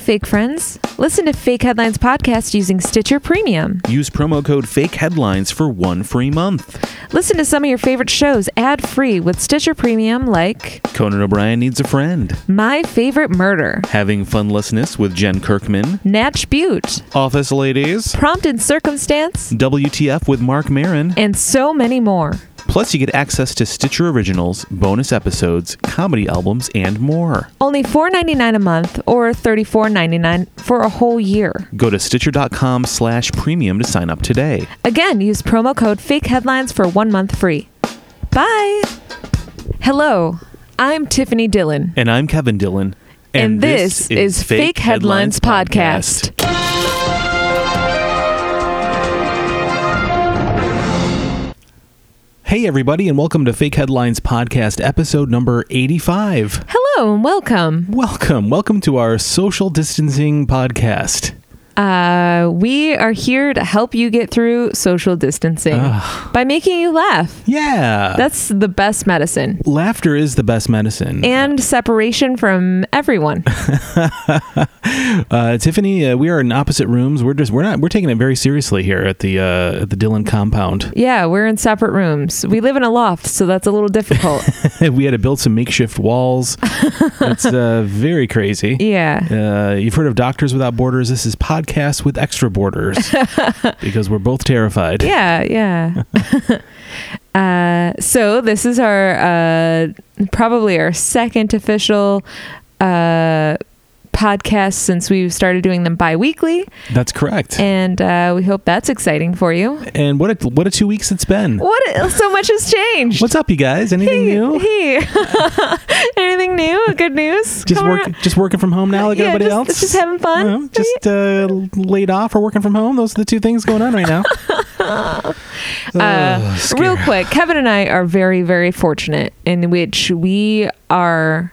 fake friends. Listen to Fake Headlines podcast using Stitcher Premium. Use promo code Fake Headlines for one free month. Listen to some of your favorite shows ad free with Stitcher Premium, like Conan O'Brien needs a friend. My Favorite Murder, Having funlessness with Jen Kirkman. Natch Butte, Office Ladies. Prompt and Circumstance, WTF with Mark Marin. and so many more. Plus, you get access to Stitcher originals, bonus episodes, comedy albums, and more. Only $4.99 a month or $34.99 for a whole year. Go to stitcher.com slash premium to sign up today. Again, use promo code fake headlines for one month free. Bye. Hello, I'm Tiffany Dillon, And I'm Kevin Dillon. and, this, is, Fake, Headlines, Podcast. Hey, everybody, and welcome to Fake Headlines Podcast, episode number 85. Hello and welcome. Welcome. Welcome to our social distancing podcast. Uh, we are here to help you get through social distancing by making you laugh. Yeah. That's the best medicine. Laughter is the best medicine. And separation from everyone. Uh, Tiffany, uh, we are in opposite rooms. We're just we're not we're taking it very seriously here at the uh, at the Dillon compound. Yeah, we're in separate rooms. We live in a loft, so that's a little difficult. we had to build some makeshift walls. it's uh, very crazy. Yeah. Uh, you've heard of Doctors Without Borders. This is podcasts with extra borders because we're both terrified. Yeah, yeah. uh, so this is our uh, probably our second official uh, podcast since we've started doing them bi-weekly, That's correct. And, and uh, we hope that's exciting for you. what a, what a two weeks it's been. What so much has changed? What's up, you guys? Anything Hey, new? hey. anything new? Good news? Just Come work, around. just working from home now, like Yeah, everybody just- else. just having fun. You know, just uh, laid off or working from home. Those are the two things going on right now. Uh, Ugh, real scare. quick, Kevin and I are very, very fortunate in which we are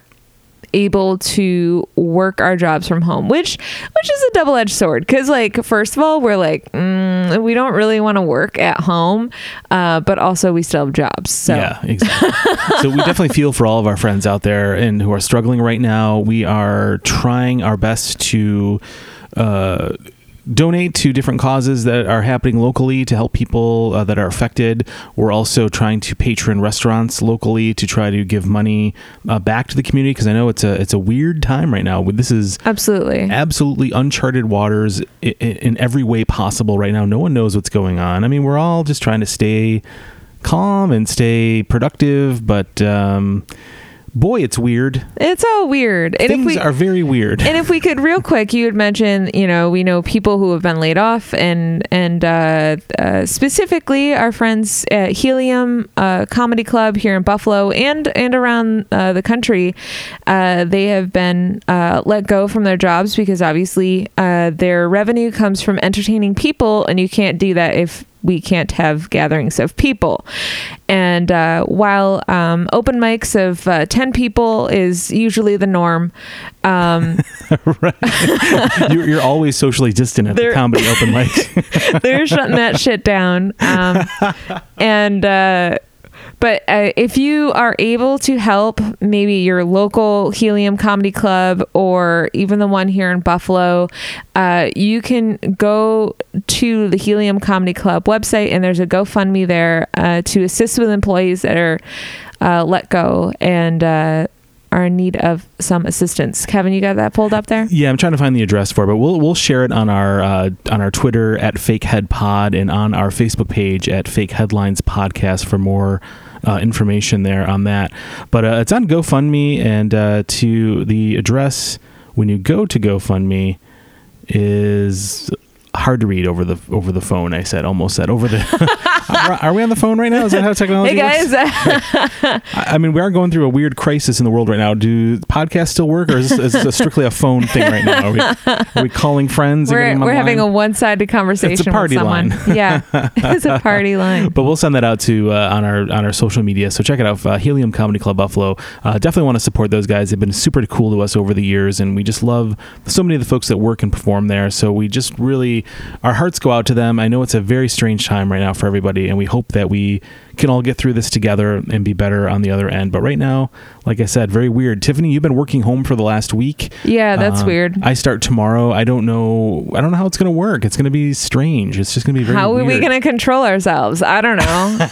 able to work our jobs from home, which which is a double edged sword. Because like, first of all, we're like, mm, we don't really want to work at home, uh, but also we still have jobs. So Yeah, exactly. so we definitely feel for all of our friends out there and who are struggling right now. We are trying our best to uh, donate to different causes that are happening locally to help people uh, that are affected. We're also trying to patron restaurants locally to try to give money uh, back to the community because I know it's a it's a weird time right now. This is absolutely. absolutely uncharted waters in, in every way possible right now. No one knows what's going on. I mean, we're all just trying to stay calm and stay productive, but um, boy, it's weird. It's all weird. And Things if we are very weird. and if we could real quick you had mentioned you know we know people who have been laid off and and uh, uh, specifically our friends at helium uh, comedy club here in buffalo and and around uh, the country uh, they have been uh, let go from their jobs because obviously uh, their revenue comes from entertaining people and you can't do that if we can't have gatherings of people. And uh, while um, open mics of uh, 10 people is usually the norm, um, you're, you're always socially distant at the There- comedy open mic. they're shutting that shit down. Um, and uh, but uh, if you are able to help, maybe your local Helium Comedy Club or even the one here in Buffalo, uh, you can go to the Helium Comedy Club website and there's a GoFundMe there uh, to assist with employees that are uh, let go and. Uh, are in need of some assistance. Kevin, you got that pulled up there? yeah, I'm trying to find the address for, it, but we'll we'll share it on our uh, on our Twitter at FakeHeadPod and on our Facebook page at Fake Headlines Podcast for more uh, information there on that. But uh, it's on GoFundMe, and uh, to the address when you go to GoFundMe is hard to read over the over the phone. I said almost said over the. are, are we on the phone right now? Is that how technology Hey works? guys, I I mean, we are going through a weird crisis in the world right now. Do podcasts still work, or is this, is this strictly a phone thing right now? Are we, are we calling friends? and we're, getting them we're online? having a one-sided conversation party with someone. yeah, it's a party line. But we'll send that out to uh, on our on our social media. So check it out, uh, Helium Comedy Club Buffalo. Uh, definitely want to support those guys. They've been super cool to us over the years, and we just love so many of the folks that work and perform there. So we just really our hearts go out to them. I know it's a very strange time right now for everybody, everybody. And we hope that we can all get through this together and be better on the other end. But right now, like I said, very weird. Tiffany, you've been working home for the last week. Yeah, that's Uh, weird. I start tomorrow. I don't know. I don't know how it's going to work. It's going to be strange. It's just going to be very. How are we weird. going to control ourselves? I don't know.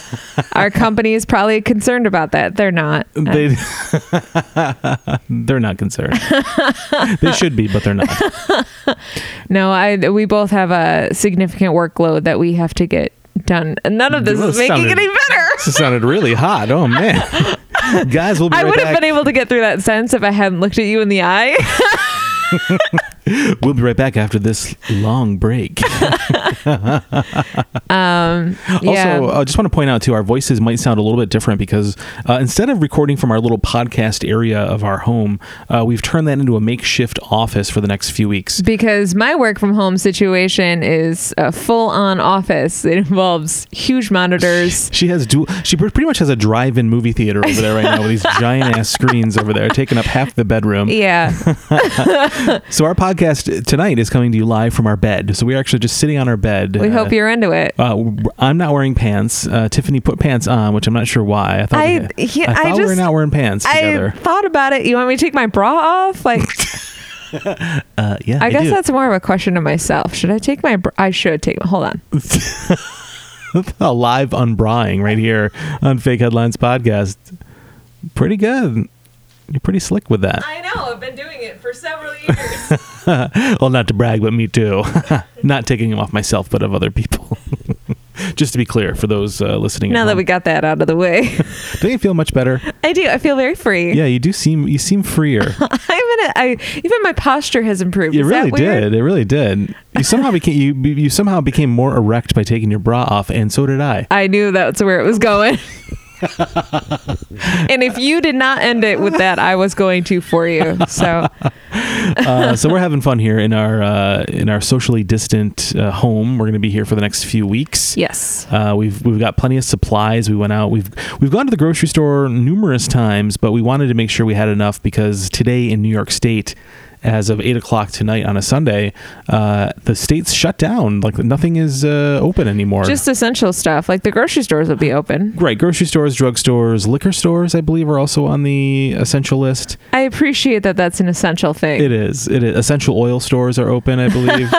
Our company is probably concerned about that. They're not. Uh, They, Uh, they're not concerned. they should be, but they're not. No, I. We both have a significant workload that we have to get done. And none of this Well, is it making sounded- any better. This sounded really hot. Oh man, guys, we'll be I right would have back. been able to get through that sentence if I hadn't looked at you in the eye. We'll be right back after this long break. Um, yeah. Also, uh, I just want to point out too, our voices might sound a little bit different because uh, instead of recording from our little podcast area of our home, uh, we've turned that into a makeshift office for the next few weeks. because my work from home situation is a full on office. It involves huge monitors. She has dual. She pre- pretty much has a drive-in movie theater over there right now with these giant ass screens over there, taking up half the bedroom. Yeah. So our podcast tonight is coming to you live from our bed. So we're actually just sitting on our bed. We uh, hope you're into it. Uh, I'm not wearing pants. Uh, Tiffany put pants on, which I'm not sure why. I thought I- we, yeah, I I thought we were just- not wearing pants I together. thought about it. You want me to take my bra off? Like, uh, yeah, I, guess do. that's more of a question to myself. Should I take my? Br- I should take. Hold on. a live unbrying right here on Fake Headlines podcast. Pretty good. You're pretty slick with that. I know. I've been doing it for several years. Well, not to brag, but me too. not taking them off myself, but of other people. Just to be clear for those uh, listening. now at that home. we got that out of the way, do you feel much better? I do. I feel very free. Yeah, you do seem you seem freer. I'm in a, I even my posture has improved. It Is really that weird? did. It really did. You somehow became you you somehow became more erect by taking your bra off, and so did I. I knew that's where it was going. and if you did not end it with that, I was going to for you. So Uh, so we're having fun here in our uh, in our socially distant uh, home. We're going to be here for the next few weeks. yes, Uh, we've we've got plenty of supplies. We went out. We've we've gone to the grocery store numerous times, but we wanted to make sure we had enough because today in New York State, as of eight o'clock tonight on a Sunday, uh, the state's shut down. Like nothing is uh, open anymore. just essential stuff like the grocery stores will be open. Right, grocery stores, drugstores, liquor stores, I believe, are also on the essential list. I appreciate that. That's an essential thing. It is. It is. Essential oil stores are open, I believe.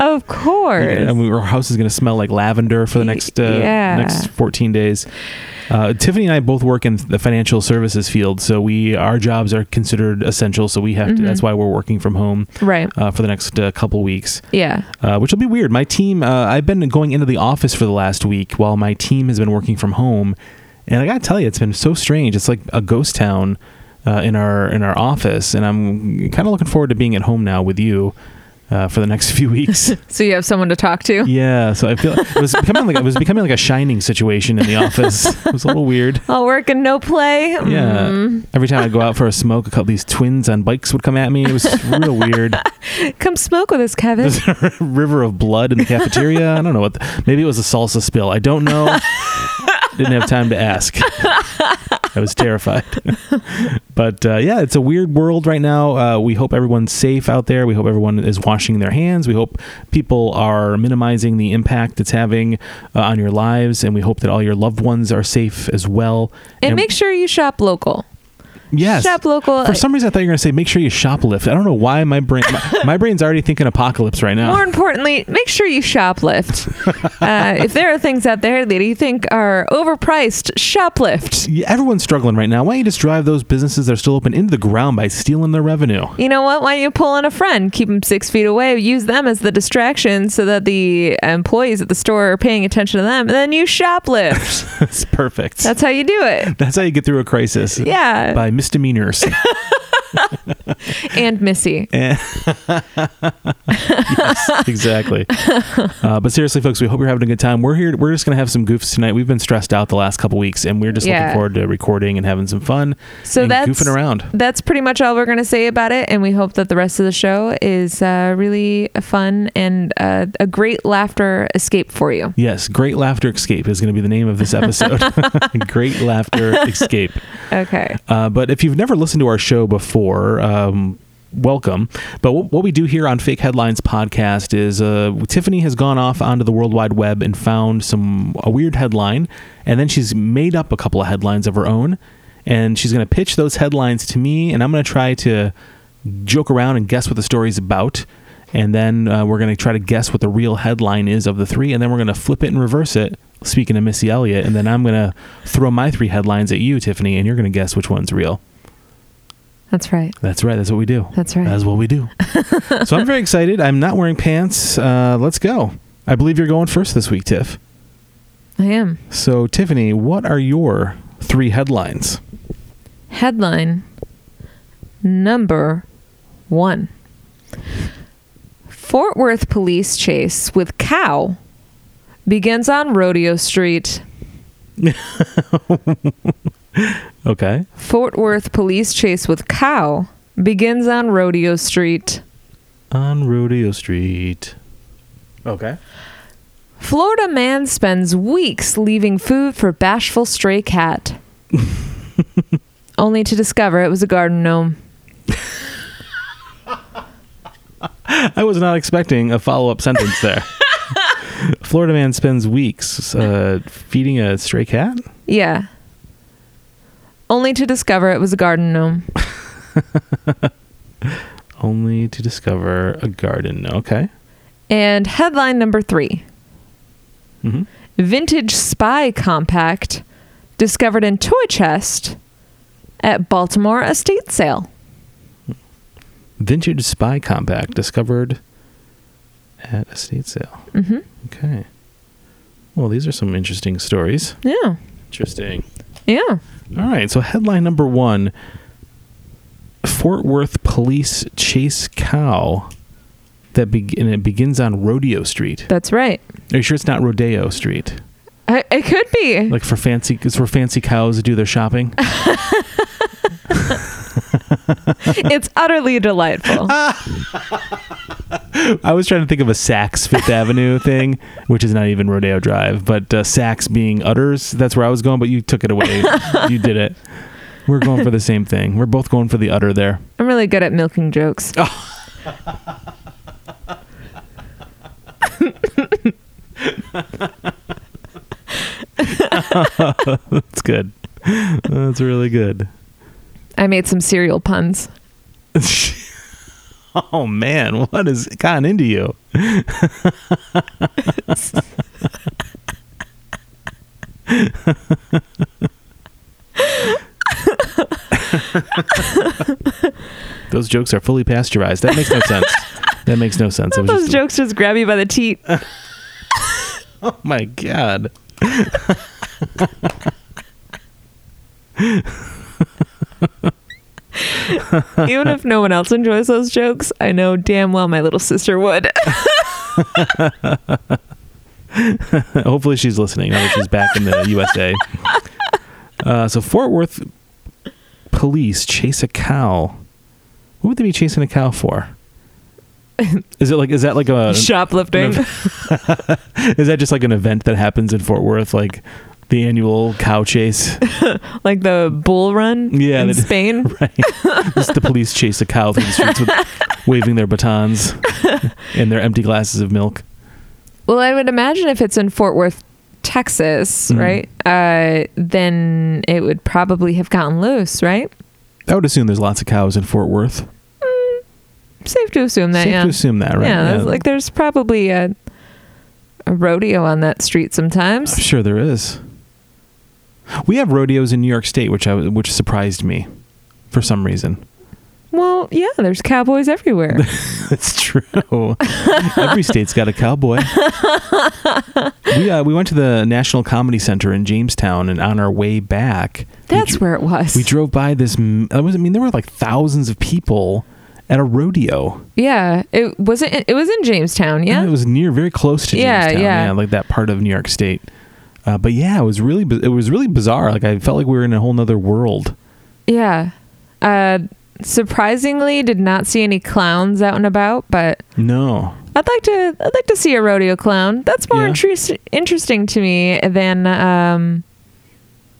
Of course. and we, our house is going to smell like lavender for the next uh, Yeah. next 14 days. Uh, Tiffany and I both work in the financial services field, so we our jobs are considered essential. So we have to. Mhm. That's why we're working from home Right. uh, for the next uh, couple weeks, Yeah. uh, which will be weird. My team. Uh, I've been going into the office for the last week, while my team has been working from home. And I gotta tell you, it's been so strange. It's like a ghost town uh, in our in our office, and I'm kind of looking forward to being at home now with you uh, for the next few weeks. So you have someone to talk to. Yeah, so I feel it was becoming like it was becoming like a shining situation in the office. It was a little weird. All work and no play. Yeah. Every time I'd go out for a smoke, a couple these twins on bikes would come at me. It was real weird. Mm. Come smoke with us, Kevin. There's a river of blood in the cafeteria. I don't know what. The, maybe it was a salsa spill. I don't know. Didn't have time to ask. I was terrified. but uh, yeah, it's a weird world right now. Uh, we hope everyone's safe out there. We hope everyone is washing their hands. We hope people are minimizing the impact it's having uh, on your lives, and we hope that all your loved ones are safe as well. And make sure you shop local. yes. Shop local. uh, for some reason, I thought you were going to say, "Make sure you shoplift." I don't know why my brain, my, my brain's already thinking apocalypse right now. More importantly, make sure you shoplift. uh, if there are things out there that you think are overpriced, shoplift. Yeah, everyone's struggling right now. Why don't you just drive those businesses that are still open into the ground by stealing their revenue? You know what? Why don't you pull in a friend? Keep them six feet away. Use them as the distraction so that the employees at the store are paying attention to them. And then you shoplift. That's perfect. That's, That's how you do it. how you get through a crisis. Yeah. By misdemeanors. And Missy. Yes, exactly. Uh, but seriously, folks, we hope you're having a good time. We're here. We're just going to have some goofs tonight. We've been stressed out the last couple weeks, and we're just Yeah. looking forward to recording and having some fun So and that's goofing around. That's pretty much all we're going to say about it, and we hope that the rest of the show is uh, really fun and uh, a great laughter escape for you. Yes, Great Laughter Escape is going to be the name of this episode. Great Laughter Escape. Okay. Uh, but if you've never listened to our show before, um, welcome. But wh- what we do here on Fake Headlines podcast is uh, Tiffany has gone off onto the World Wide Web and found some a weird headline, and then she's made up a couple of headlines of her own, and she's going to pitch those headlines to me, and I'm going to try to joke around and guess what the story's about. And then uh, we're going to try to guess what the real headline is of the three, and then we're going to flip it and reverse it. Speaking of Missy Elliott, and then I'm going to throw my three headlines at you, Tiffany, and you're going to guess which one's real. That's right. That's right. That's what we do. That's right. That's what we do. so I'm very excited. I'm not wearing pants. Uh, let's go. I believe you're going first this week, Tiff. I am. So, Tiffany, what are your three headlines? Headline number one Fort Worth police chase with cow begins on Rodeo Street. Okay. Fort Worth police chase with cow begins on Rodeo Street. On Rodeo Street. Okay. Florida man spends weeks leaving food for bashful stray cat, only to discover it was a garden gnome. I was not expecting a follow up sentence there. Florida man spends weeks uh, feeding a stray cat. Yeah. Only to discover it was a garden gnome. Only to discover a garden. Okay. And headline number three Mhm. Vintage spy compact discovered in toy chest at Baltimore estate sale. Vintage Spy Compact discovered at a state sale. Mm-hmm. Okay. Well, these are some interesting stories. Yeah. Interesting. Yeah. All right. So, headline number one Fort Worth police chase cow that be- and it begins on Rodeo Street. That's right. Are you sure it's not Rodeo Street? I, it could be. Like for fancy, it's where fancy cows do their shopping. it's utterly delightful. I was trying to think of a Saks Fifth Avenue thing, which is not even Rodeo Drive, but uh, Saks being udders. That's where I was going, but you took it away. you did it. We're going for the same thing. We're both going for the udder there. I'm really good at milking jokes. That's good. That's really good. I made some cereal puns. oh man, what has gotten into you? Those jokes are fully pasteurized. That makes no sense. That makes no sense. It was Those just- jokes just grab you by the teat. Oh my god. Even if no one else enjoys those jokes, I know damn well my little sister would. Hopefully she's listening now that she's back in the USA. Uh, so Fort Worth police chase a cow. What would they be chasing a cow for? Is it like is that like a Shoplifting. is that just like an event that happens in Fort Worth like the annual cow chase? like the bull run Yeah, in that- Spain. Right. just the police chase a cow through the streets with waving their batons and their empty glasses of milk. Well, I would imagine if it's in Fort Worth, Texas, Mhm. right? Uh, then it would probably have gotten loose, right? I would assume there's lots of cows in Fort Worth. Safe to assume that, Safe yeah. to assume that, right? Yeah, that's- like there's probably a, a rodeo on that street I'm sometimes. sure there is. We have rodeos in New York State, which I which surprised me for some reason. Well, yeah, there's cowboys everywhere. That's true. Every state's got a cowboy. we uh, we went to the National Comedy Center in Jamestown, and on our way back, we That's dr- where it was. we drove by this. m- I was I mean, there were like thousands of people at a rodeo. yeah, it wasn't. It was in Jamestown. And Yeah, it was near, very close to Yeah, Jamestown. yeah. like that part of New York State. Uh, but yeah, it was really bi- it was really bizarre. Like I felt like we were in a whole nother world. yeah. Uh, surprisingly, did not see any clowns out and about, but No, I'd like to I'd like to see a rodeo clown. That's more Yeah. interest, interesting to me than um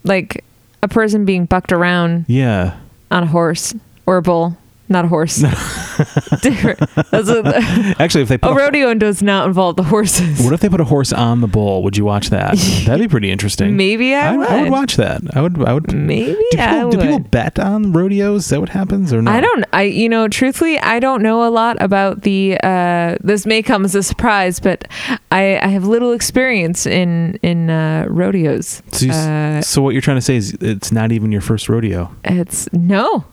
like a person being bucked around Yeah. on a horse or a bull, not a horse. Different. That's a, Actually, if they put a a- rodeo does not involve the horses. what if they put a horse on the bull? Would you watch that? That'd be pretty interesting. Maybe I, I, would. I would watch that. I would. I would. Maybe do people, I would. do people bet on rodeos? Is that what happens or no? I don't. I you know, truthfully, I don't know a lot about the. Uh, this may come as a surprise, but I, I have little experience in in uh, rodeos. So, you, Uh, so what you're trying to say is it's not even your first rodeo. it's no,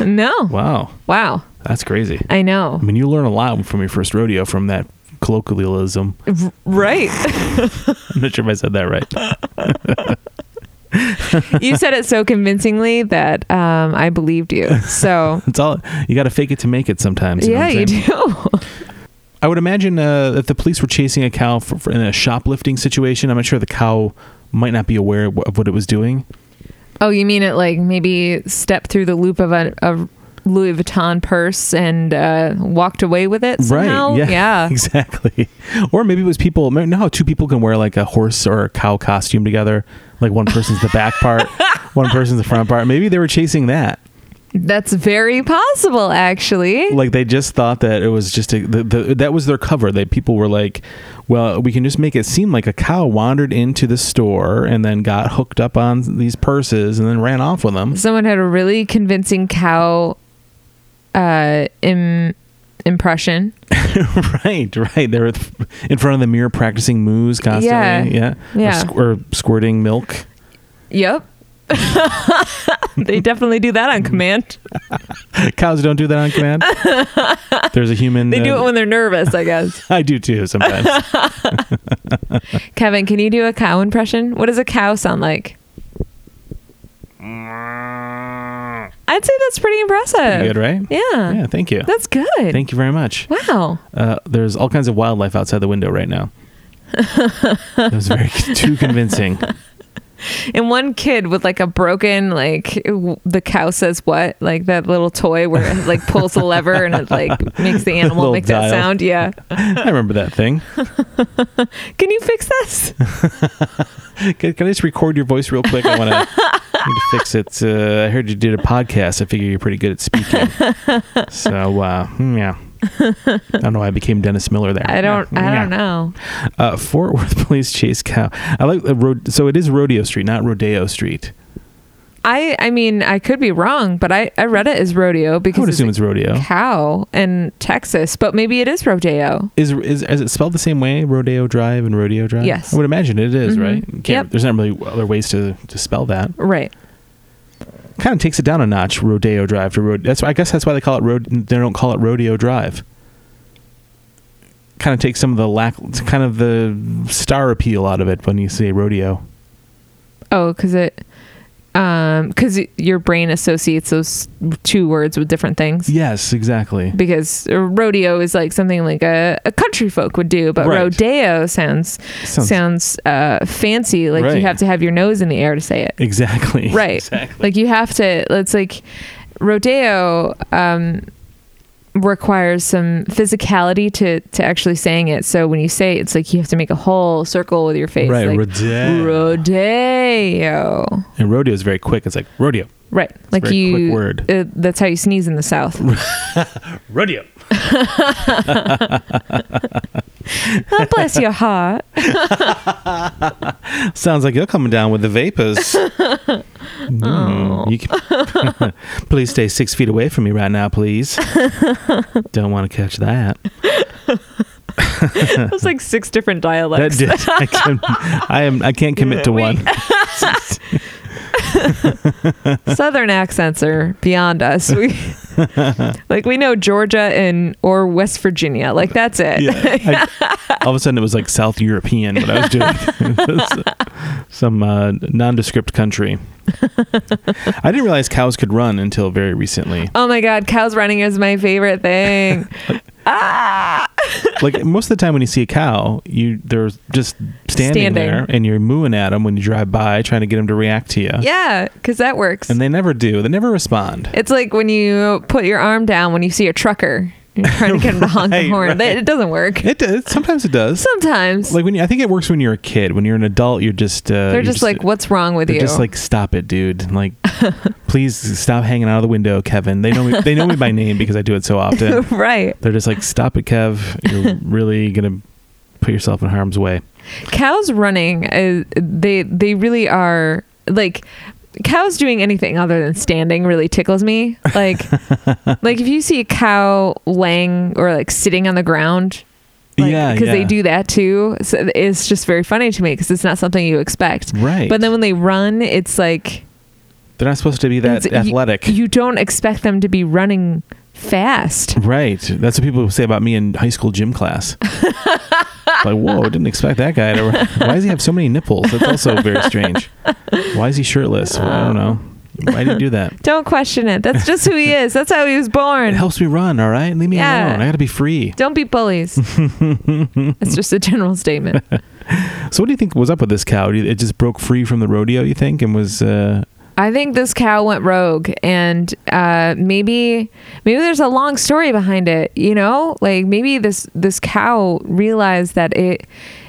no. Wow, Wow, that's crazy. I know. I mean, you learn a lot from your first rodeo from that colloquialism. Right. I'm not sure if I said that right. you said it so convincingly that um, I believed you. So It's all you got to fake it to make it sometimes. You yeah, know what I'm you saying? do. I would imagine uh, if the police were chasing a cow for, for- in a shoplifting situation, I'm not sure the cow might not be aware of what it was doing. Oh, you mean it like maybe stepped through the loop of a, a Louis Vuitton purse and uh, walked away with it somehow? Right. Yeah. Exactly. Or maybe it was people. You know how two people can wear like a horse or a cow costume together? Like one person's the back part, one person's the front part. Maybe they were chasing that. That's very possible, actually. Like they just thought that it was just a, the, the, that was their cover. That people were like, well, we can just make it seem like a cow wandered into the store and then got hooked up on these purses and then ran off with them. Someone had a really convincing cow uh, Im- impression. Right, right. They're in front of the mirror practicing moves constantly. Yeah, Yeah. Or, Yeah. squ- or squirting milk. Yep. they definitely do that on Mm. command. Cows don't do that on command. There's a human. They do uh, it when they're nervous, I guess. I do too sometimes. Kevin, can you do a cow impression? What does a cow sound like? I'd say that's pretty impressive. Pretty good, right? Yeah. Yeah. Thank you. That's good. Thank you very much. Wow. Uh, there's all kinds of wildlife outside the window right now. that was very too convincing. And one kid with like a broken, like w- the cow says what, like that little toy where it like pulls a lever and it like makes the animal Little make dial. that sound. Yeah. I remember that thing. Can you fix this? Can, can I just record your voice real quick? I want to fix it. Uh, I heard you did a podcast. I figure you're pretty good at speaking. So, uh, hmm, yeah. I don't know why I became Dennis Miller there. I don't. Yeah. I don't know. Uh, Fort Worth Police Chase Cow. I like the road. So it is Rodeo Street, not Rodeo Street. I. I mean, I could be wrong, but I. I read it as rodeo I because would it's assume it's rodeo. a cow in Texas, but maybe it is rodeo. Is, is is it spelled the same way? Rodeo Drive and Rodeo Drive. Yes. I would imagine it is, Mhm. right? Can't, Yep. There's not really other ways to, to spell that. Right. Kind of takes it down a notch. Rodeo Drive to road. That's why I guess that's why they call it road. They don't call it Rodeo Drive. Kind of takes some of the lack, kind of the star appeal out of it when you say rodeo. Oh, because it. Um, because your brain associates those two words with different things. Yes, exactly. because a rodeo is like something like a, a country folk would do, but Right. rodeo sounds Sounds- sounds, uh, fancy. Like Right. you have to have your nose in the air to say it, Exactly. right? Exactly. Like you have to. It's like rodeo um, requires some physicality to to actually saying it. So when you say it, it's like you have to make a whole circle with your face, right. Like, rodeo. rodeo. and rodeo is very quick. It's like rodeo. Right, like very you. quick word. Uh, that's how you sneeze in the South. Rodeo. God bless your heart. Sounds like you're coming down with the vapors. Oh. Mm, you can- please stay six feet away from me right now, please. Don't want to catch that. It was like six different That dialects. did, I, can, I am. I can't commit to one. Southern accents are beyond us. We like we know Georgia and or West Virginia. Like that's it. Yeah. I- all of a sudden, it was like South European what I was doing. It was Some uh, nondescript country. I didn't realize cows could run until very recently. Oh my God, cows running is my favorite thing. Ah, like most of the time when you see a cow, you they're just standing, Standing. there and you're mooing at them when you drive by, trying to get them to react to you. yeah, because that works. And they never do. They never respond. it's like when you put your arm down when you see a trucker. and trying to get him to honk Right, the horn. right. That- It doesn't work. It does. Sometimes it does. Sometimes Like when you, I think it works when you're a kid. When you're an adult, you're just uh, they're you're just like, "What's wrong with they're you?" just like stop it, dude. Like please stop hanging out of the window, Kevin. They know me. They know me by name because I do it so often. right. They're just like stop it, Kev. You're really gonna put yourself in harm's way. Cows running, uh, they they really are like cows doing anything other than standing really tickles me. Like like if you see a cow laying or like sitting on the ground. Like, Yeah, because they yeah. do that too. So it's just very funny to me because it's not something you expect. Right. But then when they run, it's like They're not supposed to be that It's- you- athletic. You, don't expect them to be running fast. Right. That's what people say about me in high school gym class. like, whoa, didn't expect that guy to. Why does he have so many nipples? That's also very strange. Why is he shirtless? Well, I don't know. Why did he do that? Don't question it. That's just who he is. That's how he was It born. helps me run, all right? Leave me Yeah. alone. I got to be free. Don't be bullies. That's just a general statement. So, what do you think was up with this cow? Do you- It just broke free from the rodeo, you think, and was. Uh, I think this cow went rogue, and uh, maybe maybe there's a long story behind it. You know, like maybe this this cow realized that it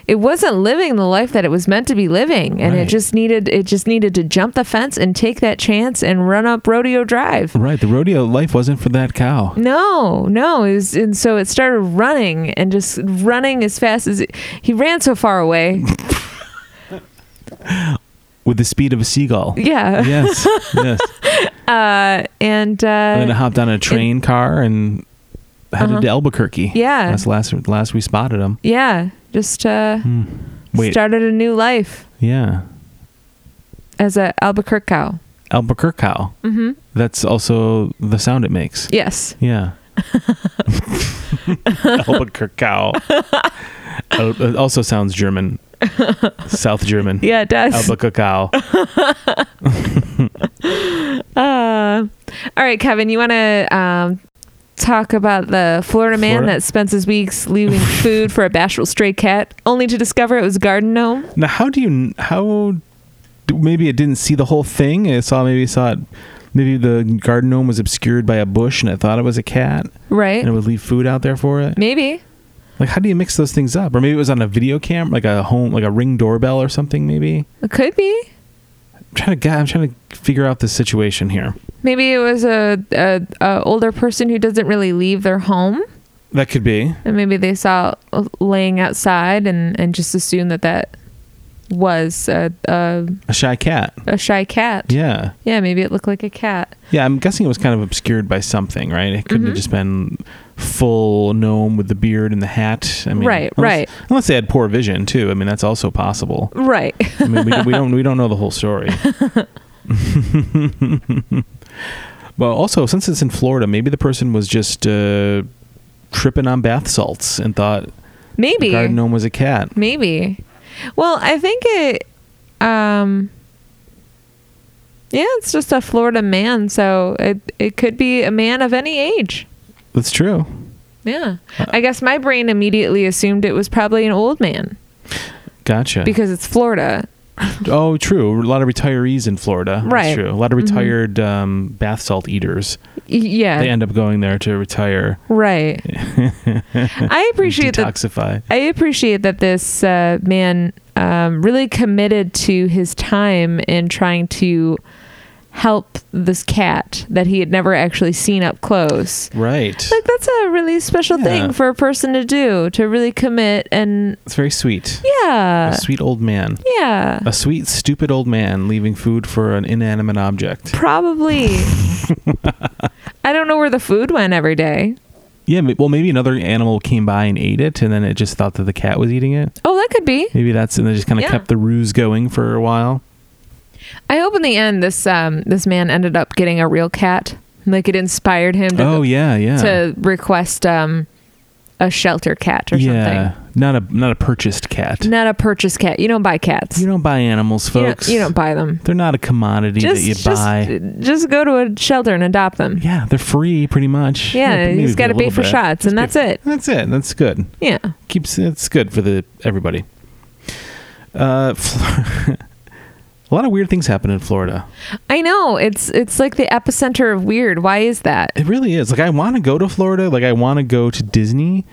it wasn't living the life that it was meant to be living, and Right. it just needed it just needed to jump the fence and take that chance and run up Rodeo Drive. right. The rodeo life wasn't for that cow. No, no. It was, and so it started running and just running as fast as it, he ran so far away. With the speed of a seagull. Yeah. yes. Yes. Uh, and, uh, And then I hopped on a train car and headed Uh-huh. to Albuquerque. Yeah. That's last last we spotted him. yeah, just uh, Wait, started a new life yeah, as a Albuquerque cow. Albuquerque cow. hmm That's also the sound it makes. Yes. Yeah, Albuquerque cow. Al- it also sounds German, South German. Yeah, it does. Albuquerque cow. Uh, all right, Kevin, you want to um, talk about the Florida man Florida- that spends his weeks leaving food for a bashful stray cat, only to discover it was a garden gnome? Now, how do you how? do- Maybe it didn't see the whole thing. It saw maybe it saw it. Maybe the garden gnome was obscured by a bush, and it thought it was a cat, Right? and it would leave food out there for it. Maybe. Like, how do you mix those things up? Or maybe it was on a video cam, like a home, like a ring doorbell or something. Maybe It could be. I'm trying to get, I'm trying to figure out the situation here. Maybe it was a, a, a older person who doesn't really leave their home, That could be. and maybe they saw it laying outside and, and just assumed that that was a, a, A shy cat. a shy cat. Yeah. Yeah, maybe it looked like a cat. Yeah, I'm guessing it was kind of obscured by something, right? It couldn't have Mhm. just been full gnome with the beard and the hat. I mean, Right, unless, right. Unless they had poor vision too. I mean, that's also possible. Right. I mean, we, we don't we don't know the whole story. well, also since it's in Florida, maybe the person was just uh, tripping on bath salts and thought the Maybe. garden gnome was a cat. Maybe. Well, I think it. Um, yeah, it's just a Florida man, so it it could be a man of any age. That's true. Yeah, Uh-huh. I guess my brain immediately assumed it was probably an old man Gotcha. because it's Florida. oh, true. A lot of retirees in Florida. Right. Mm-hmm. That's true. A lot of retired um, bath salt eaters. Y- Yeah, They end up going there to retire, right. I appreciate that. detoxify. I appreciate that this uh, man um, really committed to his time in trying to help this cat that he had never actually seen up close. Right. Like that's a really special Yeah. thing for a person to do to really commit and It's very sweet. yeah, a sweet old man. yeah, A sweet, stupid old man leaving food for an inanimate object. probably. I don't know where the food went every day. Yeah, ma- well, maybe another animal came by and ate it, and then it just thought that the cat was eating it. Oh, that could be. Maybe that's, and they just kind of Yeah. kept the ruse going for a while. I hope in the end this um this man ended up getting a real cat. Like it inspired him to Oh, yeah, yeah. to request um a shelter cat or yeah. Not a not a purchased cat. something. Not a purchase cat. You don't buy cats. You don't buy animals, You don't- folks. You don't, buy them. They're not a commodity Just, that you just, buy. just go to a shelter and adopt them. Yeah, they're free pretty much. Yeah, maybe you just a got to pay little for bit. shots, and Just that's it. pay- That's it. That's good. Yeah. Keeps it's good for the everybody. Uh, Fl- A lot of weird things happen in Florida. I know it's it's like the epicenter of weird. Why is that? It really is. Like I want to go to Florida. Like I want to go to Disney,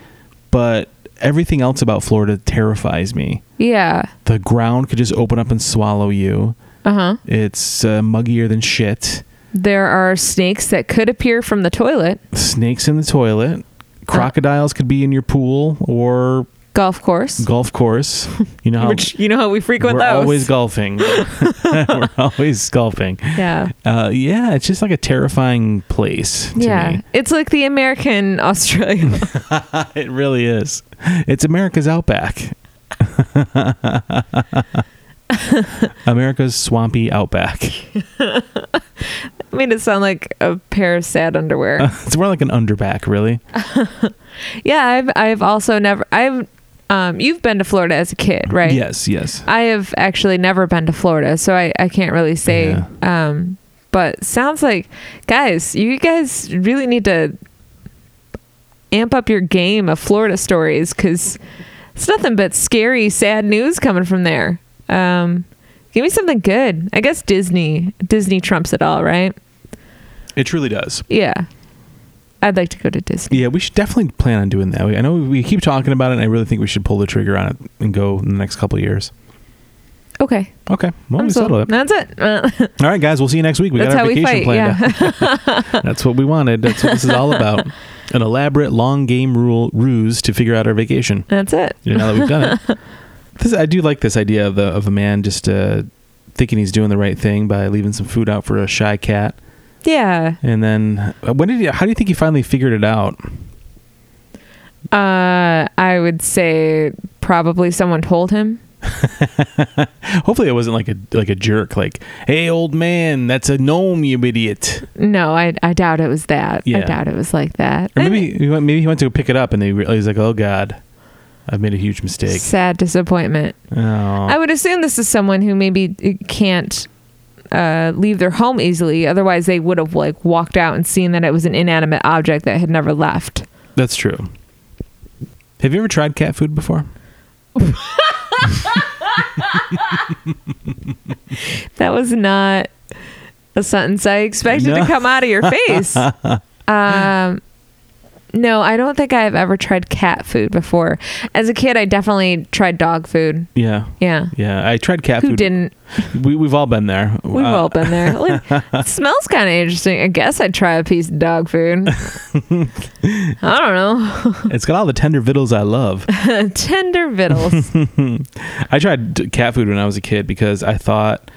but everything else about Florida terrifies me. Yeah. The ground could just open up and swallow you. Uh huh. It's uh, muggier than shit. There are snakes that could appear from the toilet, Snakes in the toilet. Crocodiles could be in your pool or golf course, golf course. You know, how which you know how we frequent we're those. always golfing. we're always golfing. yeah. Uh, yeah, it's just like a terrifying place. To Yeah. me. It's like the American Australia. it really is. It's America's outback. America's swampy outback. made it sound like a pair of sad underwear. It's more like an underback, really. yeah, I've I've also never I've um you've been to Florida as a kid, right? Yes, yes. I have actually never been to Florida, so I, I can't really say. Um, but sounds like, guys, you guys really need to amp up your game of Florida stories because it's nothing but scary, sad news coming from there. Um, give me something good. I guess Disney Disney trumps it all, right? It truly does. Yeah, I'd like to go to Disney. Yeah, we should definitely plan on doing that. We- I know we keep talking about it, and I really think we should pull the trigger on it and go in the next couple of years. Okay, Okay, well, I'm we sold. settled it. That's it. All right, guys, we'll see you next week. We That's got how our we vacation fight, planned. out. That's what we wanted. That's what this is all about. An elaborate long game rule ruse to figure out our vacation. That's it. You know, now that we've done it, this I do like this idea of the of a man just uh, thinking he's doing the right thing by leaving some food out for a shy cat, Yeah. and then uh, when did he, how do you think he finally figured it out? Uh, I would say probably someone told him. Hopefully, it wasn't like a like a jerk, like "Hey, old man, that's a gnome, you idiot." No, I I doubt it was that. I Yeah. doubt it was like that. Or maybe he went, maybe he went to pick it up, and they re- he's like, "Oh God, I've made a huge mistake." sad disappointment. Oh, I would assume this is someone who maybe can't uh, leave their home easily. Otherwise, they would have like walked out and seen that it was an inanimate object that had never left. that's true. Have you ever tried cat food before? That was not a sentence I expected No. to come out of your face. um, no, I don't think I've ever tried cat food before. As a kid, I definitely tried dog food. Yeah, Yeah. yeah. I tried cat Who food. didn't? We, we've all been there. Uh, We've all been there. Like, it smells kind of interesting. I guess I'd try a piece of dog food. I don't know. It's got all the tender vittles I love. Tender victuals. I tried d- cat food when I was a kid because I thought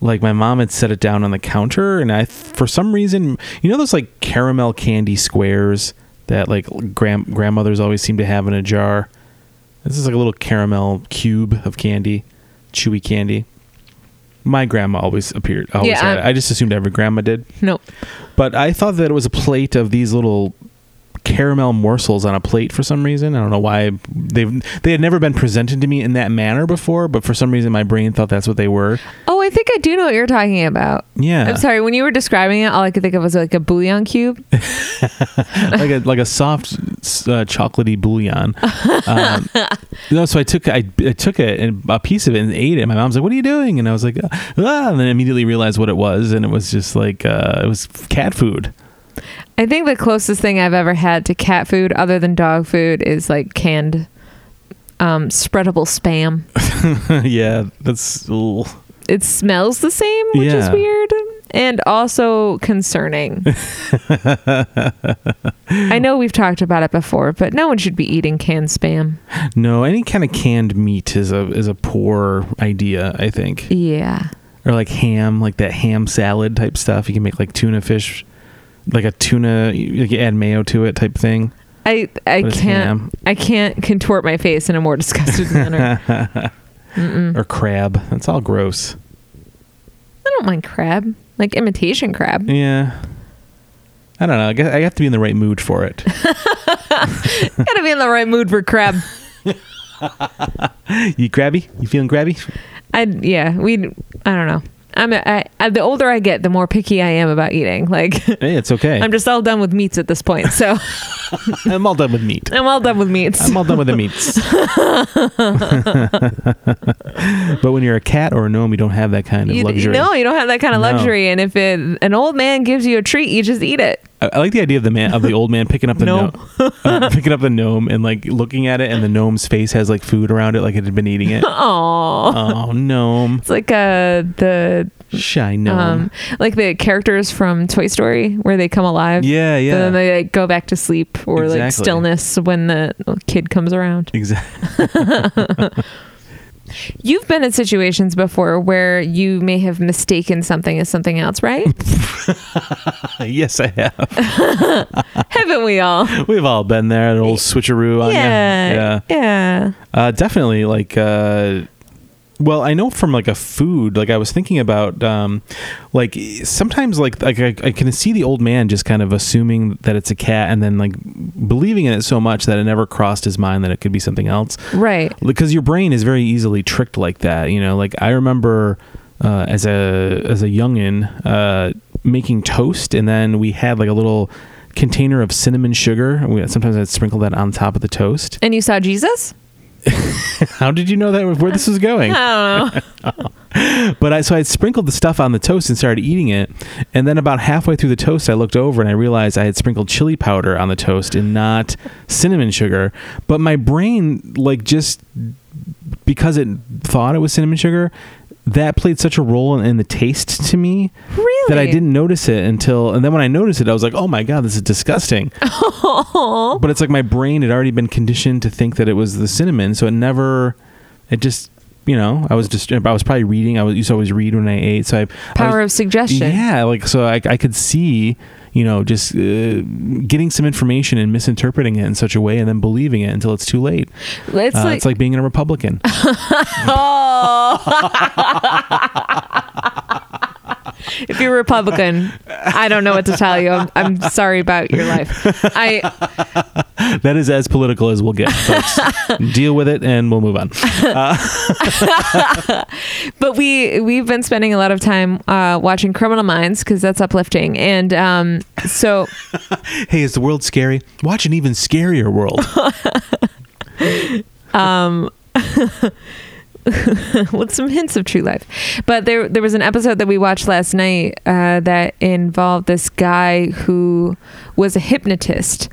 like my mom had set it down on the counter and I for some reason you know those like caramel candy squares that like grand grandmothers always seem to have in a jar. This is like a little caramel cube of candy, chewy candy. My grandma always appeared. Always Yeah, had it. I'm- I just assumed every grandma did. nope. But I thought that it was a plate of these little caramel morsels on a plate for some reason. I don't know why they they had never been presented to me in that manner before, but for some reason my brain thought that's what they were. Oh, I think I do know what you're talking about. Yeah. I'm sorry. When you were describing it, all I could think of was like a bouillon cube. like a like a soft uh, chocolatey bouillon. Um, no, so I took I, I took it and a piece of it and ate it. And my mom's like, "What are you doing?" And I was like, "Ah," and then immediately realized what it was, and it was just like uh, it was cat food. I think the closest thing I've ever had to cat food, other than dog food, is like canned, um, spreadable spam. yeah, that's ugh. It smells the same, which is Yeah. weird and also concerning. I know we've talked about it before, but no one should be eating canned spam. No, any kind of canned meat is a is a poor idea, I think. Yeah. Or like ham, like that ham salad type stuff. You can make like tuna fish, like a tuna. You you add mayo to it type thing. I I But it's can't ham. I can't contort my face in a more disgusted manner. Mm-mm. Or crab. That's all gross. I don't mind crab, like imitation crab. Yeah. I don't know. I guess I have to be in the right mood for it. Gotta be in the right mood for crab. you grabby? You feeling grabby? I yeah we I don't know. I'm I, I, the older I get, the more picky I am about eating. Like Hey, it's okay. I'm I'm, just all done with meats at this point, so all done with meat. I'm all done with meats. I'm all done with the meats. but when you're a cat or a gnome, you don't have that kind of You, luxury. no, you don't have that kind of No. luxury. And if it, an old man gives you a treat, you just eat it. I, I like the idea of the man of the old man picking up the Gnome. gnome, uh, picking up the gnome and like looking at it, and the gnome's face has like food around it, like it had been eating it. Aww. oh, gnome, It's like uh, the shy gnome. um, like the characters from Toy Story where they come alive. yeah, And yeah. then they like, go back to sleep or like Exactly. stillness when the kid comes around. exactly. You've been in situations before where you may have mistaken something as something else, right? yes, I have. Haven't we all? We've all been there. An old switcheroo. On ya. yeah. yeah. Yeah. Uh, definitely, like, uh, well, I know from like a food. Like, I was thinking about, um, like, sometimes, like, like I, I can see the old man just kind of assuming that it's a cat, and then like believing in it so much that it never crossed his mind that it could be something else. Right. Because your brain is very easily tricked like that. You know, like I remember uh, as a as a youngin uh, making toast, and then we had like a little container of cinnamon sugar. and We, sometimes I'd sprinkle that on top of the toast. And you saw Jesus? How did you know that where this was going? I don't know. But I so I had sprinkled the stuff on the toast and started eating it, and then about halfway through the toast, I looked over and I realized I had sprinkled chili powder on the toast and not cinnamon sugar. But my brain, like, just because it thought it was cinnamon sugar, that played such a role in, in the taste to me Really? that I didn't notice it until, and then when I noticed it, I was like, oh my god, this is disgusting. Aw. But it's like my brain had already been conditioned to think that it was the cinnamon, so it never. It just, you know, I was just, I was probably reading. I was used to always read when I ate, so I Power I of was, suggestion. Yeah, like so, I, I could see, you know, just uh, getting some information and misinterpreting it in such a way, and then believing it until it's too late. It's, Uh, like, it's like being a Republican. oh. if you're Republican, I don't know what to tell you. I'm, I'm sorry about your life. I that is as political as we'll get. Folks. Deal with it, and we'll move on. but we we've been spending a lot of time uh, watching Criminal Minds because that's uplifting. And um, so Hey, is the world scary? Watch an even scarier world. with some hints of true life. But there there was an episode that we watched last night uh, that involved this guy who was a hypnotist,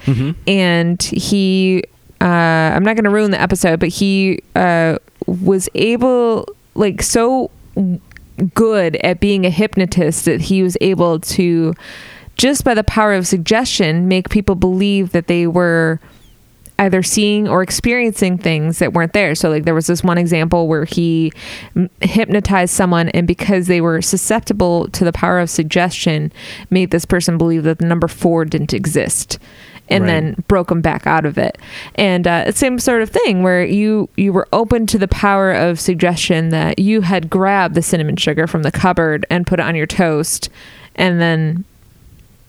and he uh, I'm not going to ruin the episode, but he uh, was able like so good at being a hypnotist that he was able to just by the power of suggestion make people believe that they were either seeing or experiencing things that weren't there. So, like, there was this one example where he mm, hypnotized someone, and because they were susceptible to the power of suggestion, made this person believe that the number four didn't exist. And Right. then broke them back out of it, and uh, it's same sort of thing where you you were open to the power of suggestion that you had grabbed the cinnamon sugar from the cupboard and put it on your toast, and then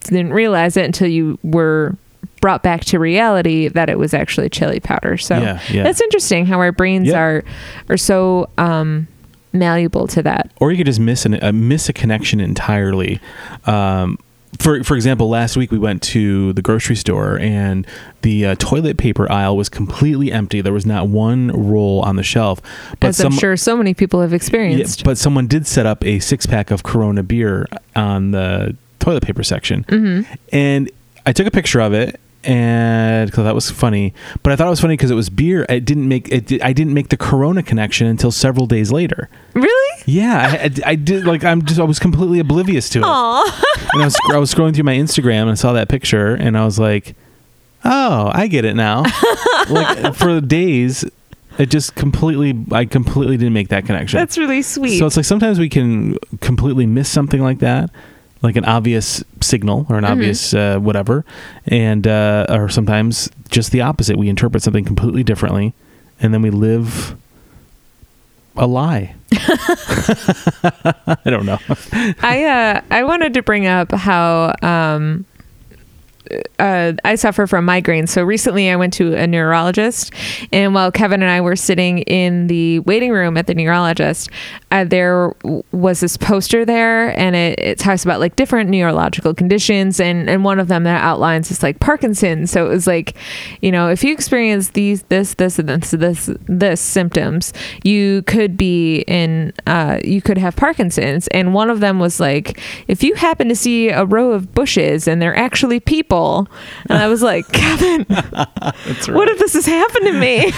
didn't realize it until you were brought back to reality that it was actually chili powder. So Yeah, yeah. that's interesting how our brains Yeah. are are so um, malleable to that. or you could just miss an, uh, miss a connection entirely. Um, for for example, last week we went to the grocery store and the uh, toilet paper aisle was completely empty. There was not one roll on the shelf. as I'm sure so many people have yeah, experienced. but someone did set up a six pack of Corona beer on the toilet paper section, Mm-hmm. and I took a picture of it. And 'cause that was funny, but I thought it was funny because it was beer. It didn't make it. Did, I didn't make the Corona connection until several days later. really? Yeah, I, I- I did. Like, I'm just, I was completely oblivious to it. Aw. And I was, I was scrolling through my Instagram and I saw that picture and I was like, oh, I get it now. like, for days, it just completely, I completely didn't make that connection. That's really sweet. so it's like sometimes we can completely miss something like that, like an obvious signal or an Mm-hmm. obvious uh, whatever. And, uh, or sometimes just the opposite. We interpret something completely differently and then we live a lie. I don't know. I uh, I wanted to bring up how um, uh, I suffer from migraines. So recently I went to a neurologist, and while Kevin and I were sitting in the waiting room at the neurologist, uh, there w- was this poster there, and it, it talks about like different neurological conditions, and, and one of them that outlines is like Parkinson's. So it was like, you know, if you experience these, this, this, and this, this, this symptoms, you could be in, uh, you could have Parkinson's. And one of them was like, if you happen to see a row of bushes and they're actually people, and I was like, Kevin, That's what if this has happened to me?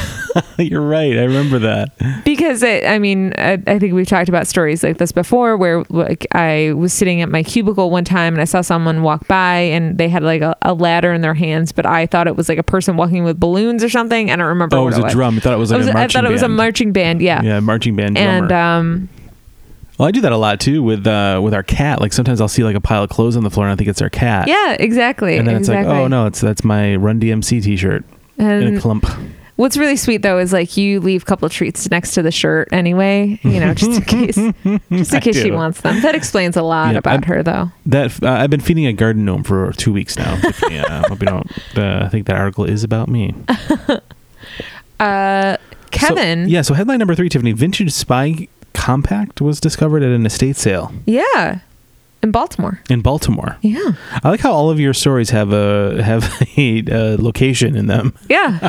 You're right. I remember that. because it, I mean, I, I think we've talked about stories like this before, where like I was sitting at my cubicle one time and I saw someone walk by and they had like a, a ladder in their hands, but I thought it was like a person walking with balloons or something. I don't remember. Oh, it what was a drum. I thought it was I, like was, a I marching thought it was a band. marching band. Yeah. Yeah, marching band drummer. and um, well, I do that a lot too with uh, with our cat. Like sometimes I'll see like a pile of clothes on the floor and I think it's our cat. yeah, exactly. And then it's exactly. like, oh no, it's that's my Run DMC T-shirt in a And clump. What's really sweet though is like you leave a couple of treats next to the shirt anyway, you know, just in case, just I in case she do. wants them. That explains a lot Yeah, about I'm- her though. That uh, I've been feeding a garden gnome for two weeks now. yeah, I hope you don't uh, think that article is about me. Uh, Kevin, So, yeah. So headline number three, Tiffany: Vintage Spy Compact was discovered at an estate sale yeah. in Baltimore, in Baltimore. yeah, I like how all of your stories have a have a, uh location in them. yeah,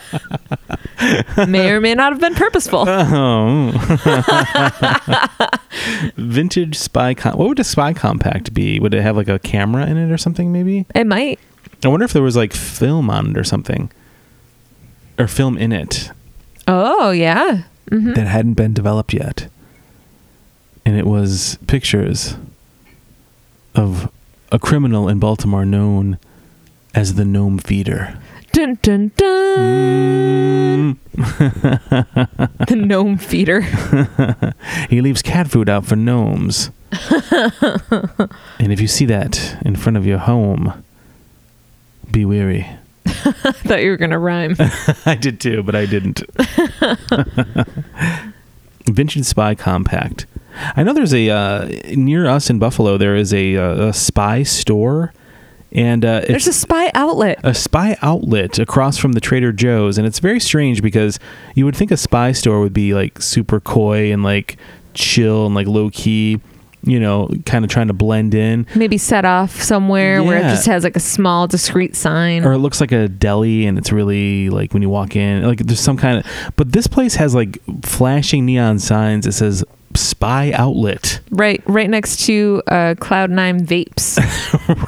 may or may not have been purposeful. Oh. Vintage spy com- What would a spy compact be? Would it have like a camera in it or something maybe? It might. I wonder if there was like film on it or something. Or film in it Oh yeah, hmm that hadn't been developed yet. And it was pictures of a criminal in Baltimore known as the Gnome Feeder. dun dun dun. the gnome feeder. He leaves cat food out for gnomes. and if you see that in front of your home, be wary. I thought you were gonna rhyme. I did too, but I didn't. Vintage Spy Compact. I know there's a uh, near us in Buffalo. There is a, uh, a spy store, and uh, There's it's a spy outlet. a spy outlet across from the Trader Joe's, and it's very strange because you would think a spy store would be like super coy and like chill and like low key, you know, kind of trying to blend in. Maybe set off somewhere where it Yeah. just has like a small discreet sign. Or it looks like a deli, and it's really like when you walk in, like there's some kind of. But this place has like flashing neon signs. It says "Spy Outlet." Right, right next to uh, Cloud Nine Vapes.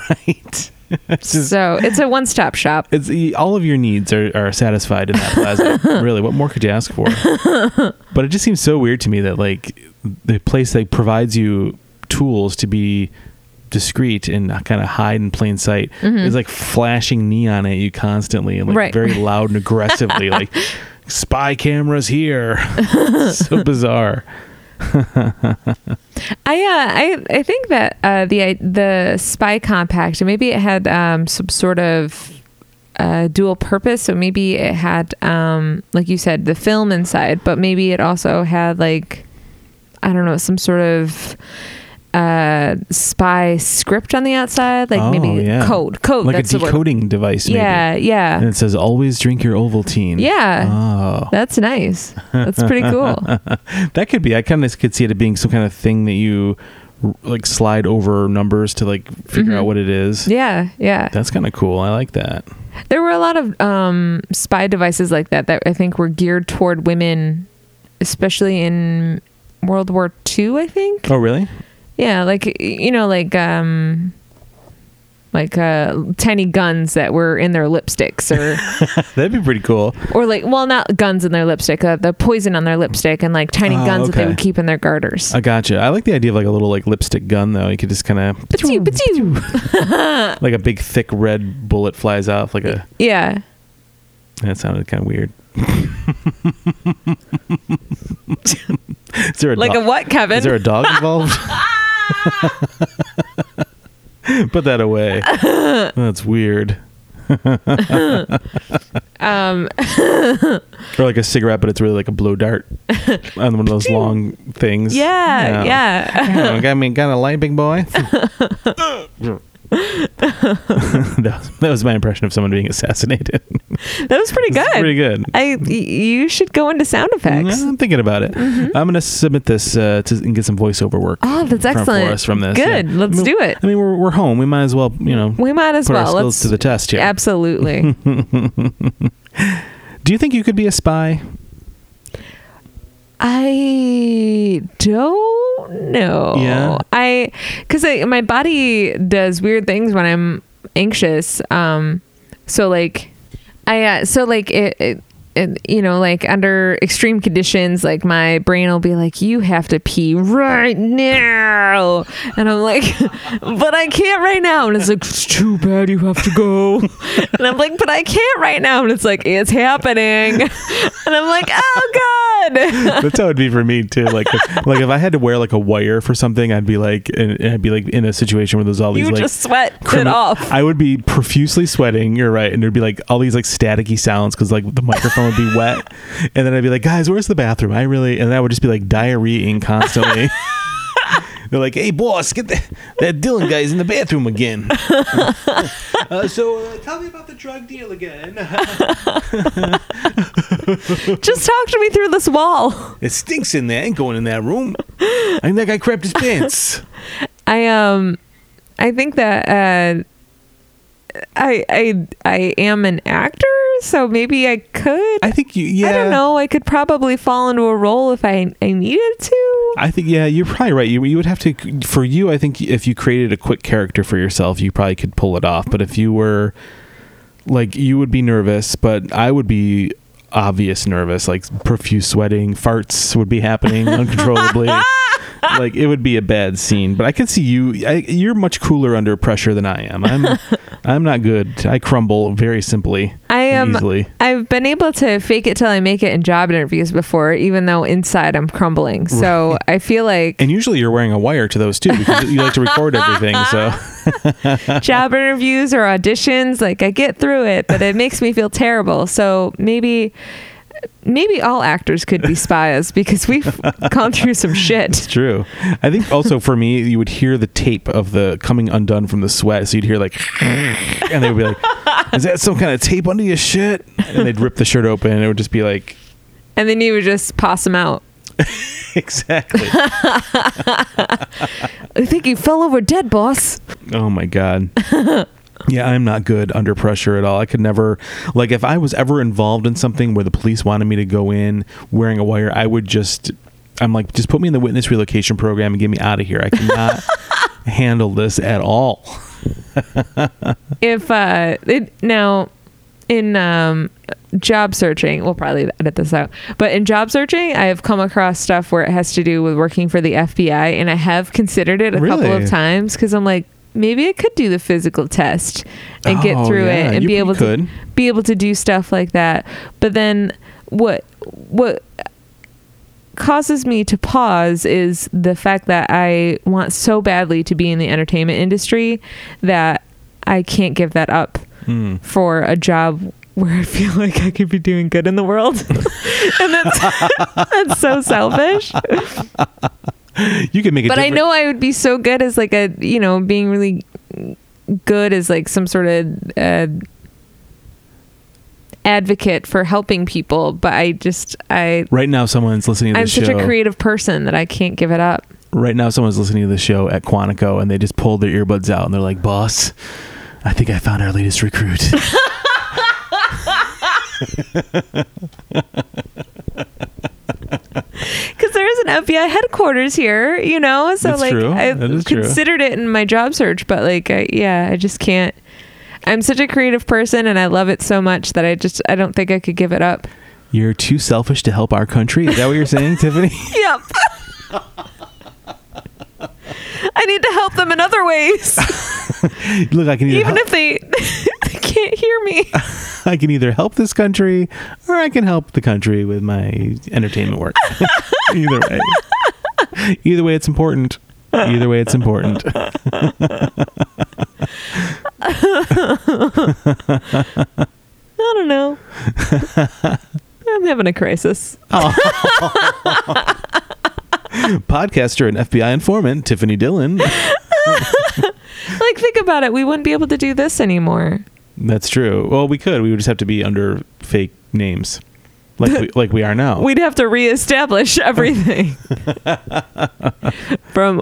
right. It's just- so it's a one-stop shop. It's all of your needs are, are satisfied in that plaza. really, what more could you ask for? but it just seems so weird to me that like the place that provides you tools to be discreet and kind of hide in plain sight is like flashing neon at you constantly and like Mm-hmm. Right. very loud and aggressively like spy cameras here. so bizarre. I, uh, I, I think that uh, the the Spy Compact, maybe it had um, some sort of uh, dual purpose. So maybe it had, um, like you said, the film inside, but maybe it also had like, I don't know, some sort of uh spy script on the outside like Oh, maybe yeah. code code like a that's the word decoding device maybe. yeah yeah And it says always drink your Ovaltine. Yeah. Oh. That's nice. That's pretty cool. That could be. I kind of could see it being some kind of thing that you r- like slide over numbers to like figure out what it is. Mm-hmm. Yeah, yeah. That's kind of cool. I like that. There were a lot of um, spy devices like that that I think were geared toward women, especially in World War II. I think. Oh, really? Yeah, like you know, like um, like uh, tiny guns that were in their lipsticks, or That'd be pretty cool. or like well, not guns in their lipstick, uh, the poison on their lipstick, and like tiny Oh, guns that they okay. would keep in their garters. I gotcha. I like the idea of like a little like lipstick gun though. You could just kind of Patoo, patoo. like a big thick red bullet flies off like a. Yeah. That sounded kind of weird. is there a Like dog- a what, Kevin? Is there a dog involved? Put that away. That's weird. um, Or like a cigarette, but it's really like a blow dart on one of those long things. yeah, yeah. I mean, got a light, big boy. that, was, that was my impression of someone being assassinated. That was pretty good. It's pretty good. I y- you should go into sound effects. I'm thinking about it. Mm-hmm. I'm going to submit this uh, to and get some voiceover work. Oh, that's from- excellent. For us from this. Good. yeah. Let's I mean, do it. I mean, we're, we're home. We might as well, you know, We might as put well. our skills Let's to the test here. absolutely. do you think you could be a spy? I don't know. Yeah. I because my body does weird things when I'm anxious. Um, so like, I uh, so like it. it it, you know, like under extreme conditions, like my brain will be like, "You have to pee right now," and I'm like, "But I can't right now." And it's like, "It's too bad you have to go," and I'm like, "But I can't right now," and it's like, "It's happening," and I'm like, "Oh God!" That's how it'd be for me too. Like, if, like if I had to wear like a wire for something, I'd be like, and I'd be like in a situation where there's all these you like just sweat it criminal- off. I would be profusely sweating. You're right, and there'd be like all these like staticky sounds because like the microphone would be wet, and then I'd be like, guys, where's the bathroom? I really, and I would just be like diarrheaing constantly. They're like, hey boss, get the, that Dylan guy's in the bathroom again. uh, so uh, tell me about the drug deal again. Just talk to me through this wall. it stinks in there. I ain't going in that room. I think that guy crapped his pants. I um, I think that uh, I I I am an actor, so maybe I could. I think you. Yeah. I don't know. I could probably fall into a role if I I needed to. I think yeah, you're probably right. You you would have to for you. I think if you created a quick character for yourself, you probably could pull it off. But if you were like you would be nervous, but I would be obvious nervous, like profuse sweating, farts would be happening uncontrollably. like it would be a bad scene. But I could see you. I, you're much cooler under pressure than I am. I'm I'm not good. I crumble very simply. I and am. easily. I've been able to fake it till I make it in job interviews before, even though inside I'm crumbling. So I feel like And usually you're wearing a wire to those too because you like to record everything. So. job interviews or auditions like i get through it but it makes me feel terrible so maybe maybe all actors could be spies because we've gone through some shit It's true. I think also for me, you would hear the tape of the coming undone from the sweat. So you'd hear like, and they would be like, "Is that some kind of tape under your shit?" And they'd rip the shirt open, and it would just be like, and then you would just pass them out "Exactly." i think you fell over dead boss Oh my god. Yeah, I'm not good under pressure at all. I could never, like, if I was ever involved in something where the police wanted me to go in wearing a wire, I would just, I'm like, just put me in the witness relocation program and get me out of here. I cannot handle this at all. if uh it, now in um job searching we'll probably edit this out but in job searching i have come across stuff where it has to do with working for the fbi and i have considered it a couple Really? of times because i'm like maybe i could do the physical test and Oh, get through yeah, it and you- be you able could. to be able to do stuff like that but then what what causes me to pause is the fact that I want so badly to be in the entertainment industry that I can't give that up Hmm. for a job where I feel like I could be doing good in the world. and that's, that's so selfish. You can make it. But I know I would be so good as like a, you know, being really good as like some sort of uh, advocate for helping people. But I just, I. Right now, someone's listening to I'm the show. such a creative person that I can't give it up. right now, someone's listening to the show at Quantico, and they just pulled their earbuds out, and they're like, "Boss, I think I found our latest recruit." because there is an FBI headquarters here, you know. So That's like, true. I That is true. considered it in my job search, but like, I, yeah, I just can't. I'm such a creative person, and I love it so much that I just I don't think I could give it up. You're too selfish to help our country. Is that what you're saying, Tiffany? Yep. I need to help them in other ways, Look, I can either even help, if they, they can't hear me. I can either help this country, or I can help the country with my entertainment work. either way, either way, it's important. Either way, it's important. I don't know. I'm having a crisis. Podcaster and FBI informant Tiffany Dillon. Like like think about it, we wouldn't be able to do this anymore. That's true. Well, we could. We would just have to be under fake names, like we, like we are now. We'd have to reestablish everything from,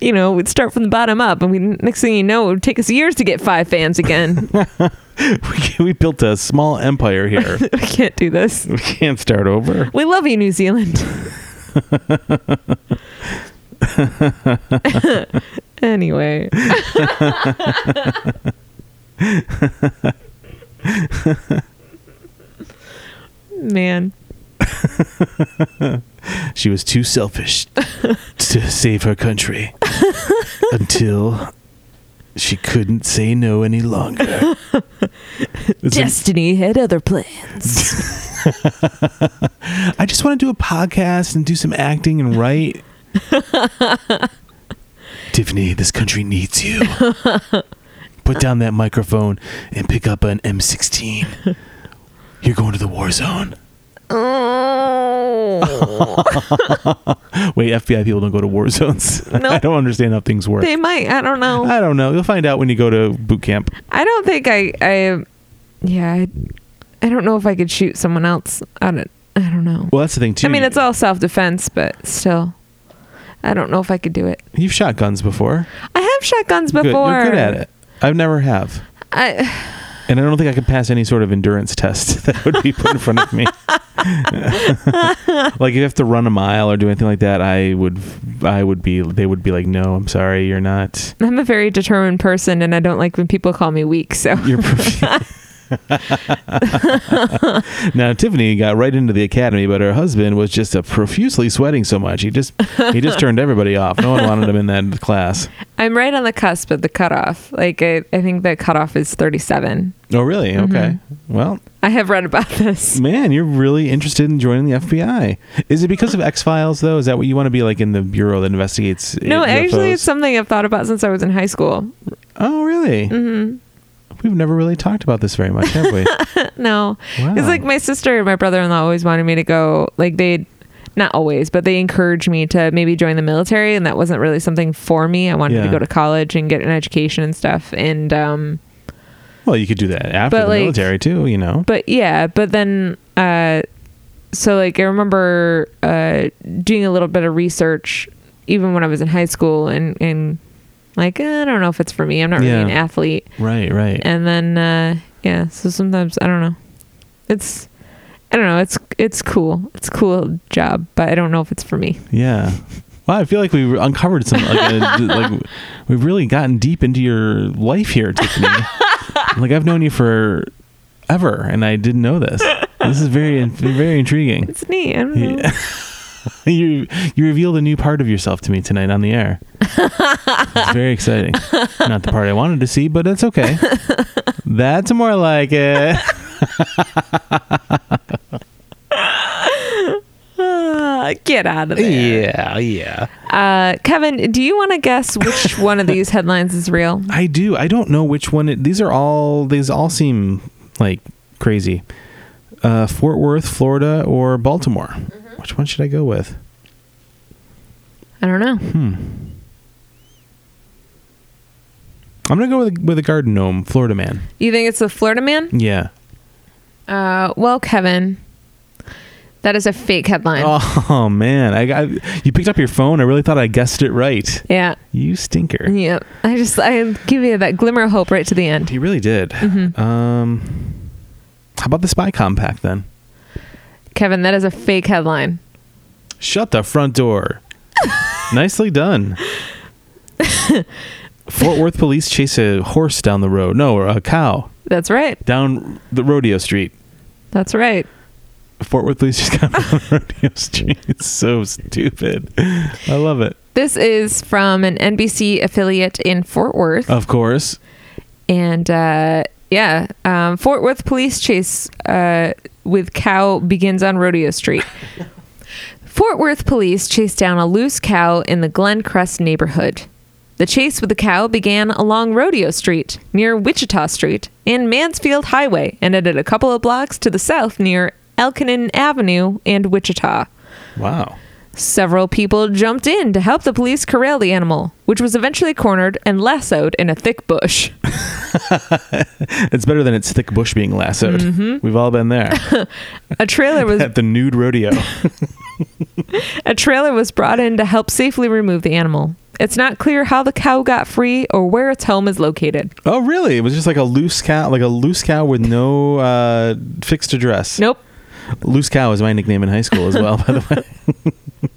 you know, we'd start from the bottom up, and we next thing you know, it would take us years to get five fans again. We, we built a small empire here. we can't do this. we can't start over. We love you, New Zealand. anyway, man. She was too selfish to save her country until she couldn't say no any longer. It's like, Destiny had other plans. I just want to do a podcast and do some acting and write. Tiffany, this country needs you. Put down that microphone and pick up an M16. You're going to the war zone. oh. Wait, FBI people don't go to war zones. I Nope. don't understand how things work. They might. I don't know. I don't know. You'll find out when you go to boot camp. I don't think I. I. Yeah. I, I don't know if I could shoot someone else. I don't. I don't know. Well, that's the thing too. I mean, it's all self defense, but still, I don't know if I could do it. You've shot guns before. I have shot guns Good. before. You're good at it. I've never have, I. and I don't think I could pass any sort of endurance test that would be put in front of me. like if you have to run a mile or do anything like that, I would, I would be. They would be like, "No, I'm sorry, you're not." I'm a very determined person, and I don't like when people call me weak. So You're. now Tiffany got right into the academy, but her husband was just a profusely sweating so much he just he just turned everybody off. No one wanted him in that class. I'm right on the cusp of the cutoff. Like I, I think the cutoff is 37. Oh, really? Mm-hmm. Okay. Well, I have read about this. man, you're really interested in joining the FBI. Is it because of X Files though? Is that what you want to be like in the bureau that investigates? No, UFOs? actually, it's something I've thought about since I was in high school. oh, really? Mm-hmm. We've never really talked about this very much, have we? No. Wow. It's like my sister and my brother in law always wanted me to go, like, they, not always, but they encouraged me to maybe join the military. And that wasn't really something for me. I wanted Yeah. to go to college and get an education and stuff. And, um, well, you could do that after But, the like- military too. You know. but yeah, but then, uh, so like I remember uh, doing a little bit of research even when I was in high school and, and like, eh, I don't know if it's for me. I'm not really Yeah. an athlete. Right. Right. and then uh yeah so sometimes i don't know it's i don't know it's it's cool it's a cool job but i don't know if it's for me Yeah. Wow, I feel like we've uncovered some like, a, like we've really gotten deep into your life here, Tiffany. like I've known you for ever, and I didn't know this. This is very very intriguing. it's neat i don't know Yeah. you you revealed a new part of yourself to me tonight on the air. it's very exciting. Not the part I wanted to see, but that's okay. That's more like it. Ah, get out of there yeah, yeah. uh kevin do you want to guess which one of these headlines is real I do. I don't know which one. It, these are all. These all seem like crazy. Uh, Fort Worth, Florida, or Baltimore. Which one should I go with? i don't know Hmm. I'm gonna go with with a garden gnome, Florida man. you think it's the florida man Yeah. uh well kevin that is a fake headline Oh man, I got you picked up your phone. I really thought I guessed it right. yeah You stinker. yeah i just i give you that glimmer of hope right to the end You really did. Um, how about the spy compact then? kevin that is a fake headline Shut the front door. Nicely done. Fort Worth police chase a horse down the road. No, or a cow that's right down the rodeo street. that's right Fort Worth police just got on rodeo street. It's so stupid. I love it. This is from an NBC affiliate in Fort Worth. Of course. And uh, yeah, um, Fort Worth police chase uh, with cow begins on Rodeo Street. Fort Worth police chased down a loose cow in the Glen Crest neighborhood. The chase with the cow began along Rodeo Street, near Wichita Street, and Mansfield Highway, and ended a couple of blocks to the south near Elkinen Avenue and Wichita. Wow. Several people jumped in to help the police corral the animal, which was eventually cornered and lassoed in a thick bush. It's better than its thick bush being lassoed. We've all been there A trailer was at the nude rodeo. a trailer was brought in to help safely remove the animal. It's not clear how the cow got free or where its home is located. oh, really? It was just like a loose cow, like a loose cow with no uh, fixed address. Nope. Loose cow is my nickname in high school as well. By the way,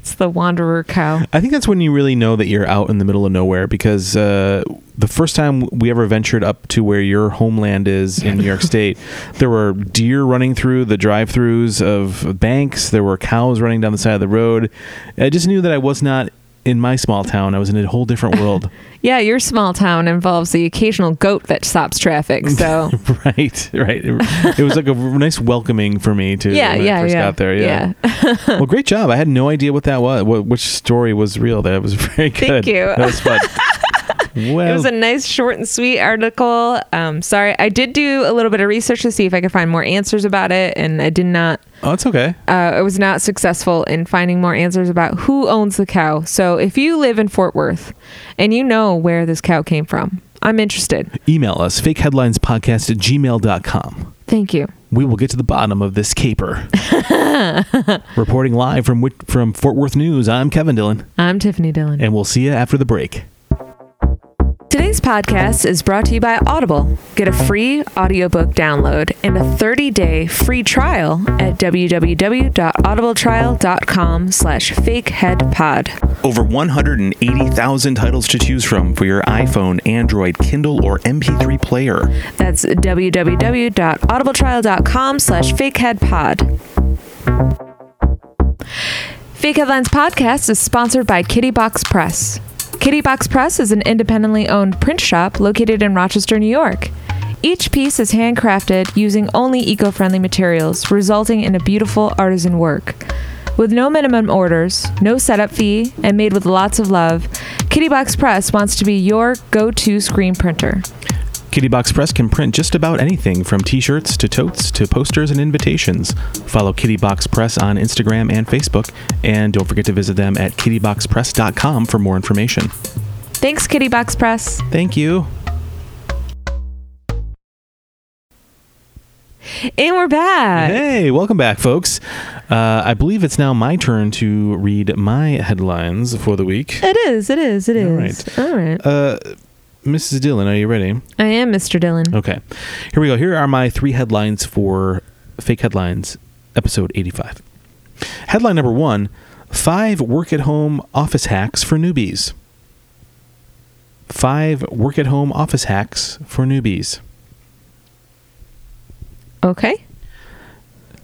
It's the wanderer cow. I think that's when you really know that you're out in the middle of nowhere because uh, the first time we ever ventured up to where your homeland is in New York State, there were deer running through the drive-throughs of banks. There were cows running down the side of the road. I just knew that I was not in my small town. I was in a whole different world. Yeah, your small town involves the occasional goat that stops traffic. So right, right. It, it was like a nice welcoming for me to yeah, when yeah, I first yeah. got there. Yeah. well, great job. I had no idea what that was. What, which story was real? That was very good. Thank you. That was fun. well, It was a nice, short and sweet article. Um, sorry, I did do a little bit of research to see if I could find more answers about it, and I did not. oh, it's okay. Uh, I was not successful in finding more answers about who owns the cow. So, if you live in Fort Worth and you know where this cow came from, I'm interested. Email us fakeheadlinespodcast at gmail.com. Thank you. We will get to the bottom of this caper. Reporting live from Wit- from Fort Worth News, I'm Kevin Dillon, I'm Tiffany Dillon. and we'll see you after the break. Today's podcast is brought to you by Audible. Get a free audiobook download and a 30-day free trial at www.audibletrial.com slash fakeheadpod. Over 180,000 titles to choose from for your iPhone, Android, Kindle, or MP3 player. That's www.audibletrial.com slash fakeheadpod. Fake Headlines Podcast is sponsored by Kitty Box Press. Kitty Box Press is an independently owned print shop located in Rochester, New York. Each piece is handcrafted using only eco friendly materials, resulting in a beautiful artisan work. With no minimum orders, no setup fee, and made with lots of love, Kitty Box Press wants to be your go to screen printer. Kitty Box Press can print just about anything from t shirts to totes to posters and invitations. Follow Kitty Box Press on Instagram and Facebook, and don't forget to visit them at kittyboxpress.com for more information. Thanks, Kitty Box Press. Thank you. And we're back. Hey, welcome back, folks. Uh, I believe it's now my turn to read my headlines for the week. It is, it is, it All is. All right. Uh, Mrs. Dillon, are you ready? I am Mr. Dillon. Okay. Here we go. Here are my three headlines for Fake Headlines, episode 85. Headline number one Five work at home office hacks for newbies. Five work at home office hacks for newbies. Okay.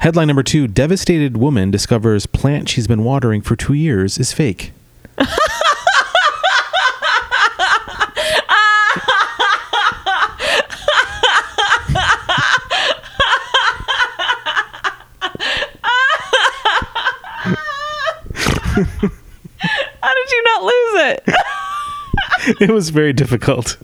Headline number two Devastated woman discovers plant she's been watering for two years is fake. How did you not lose it? it was very difficult.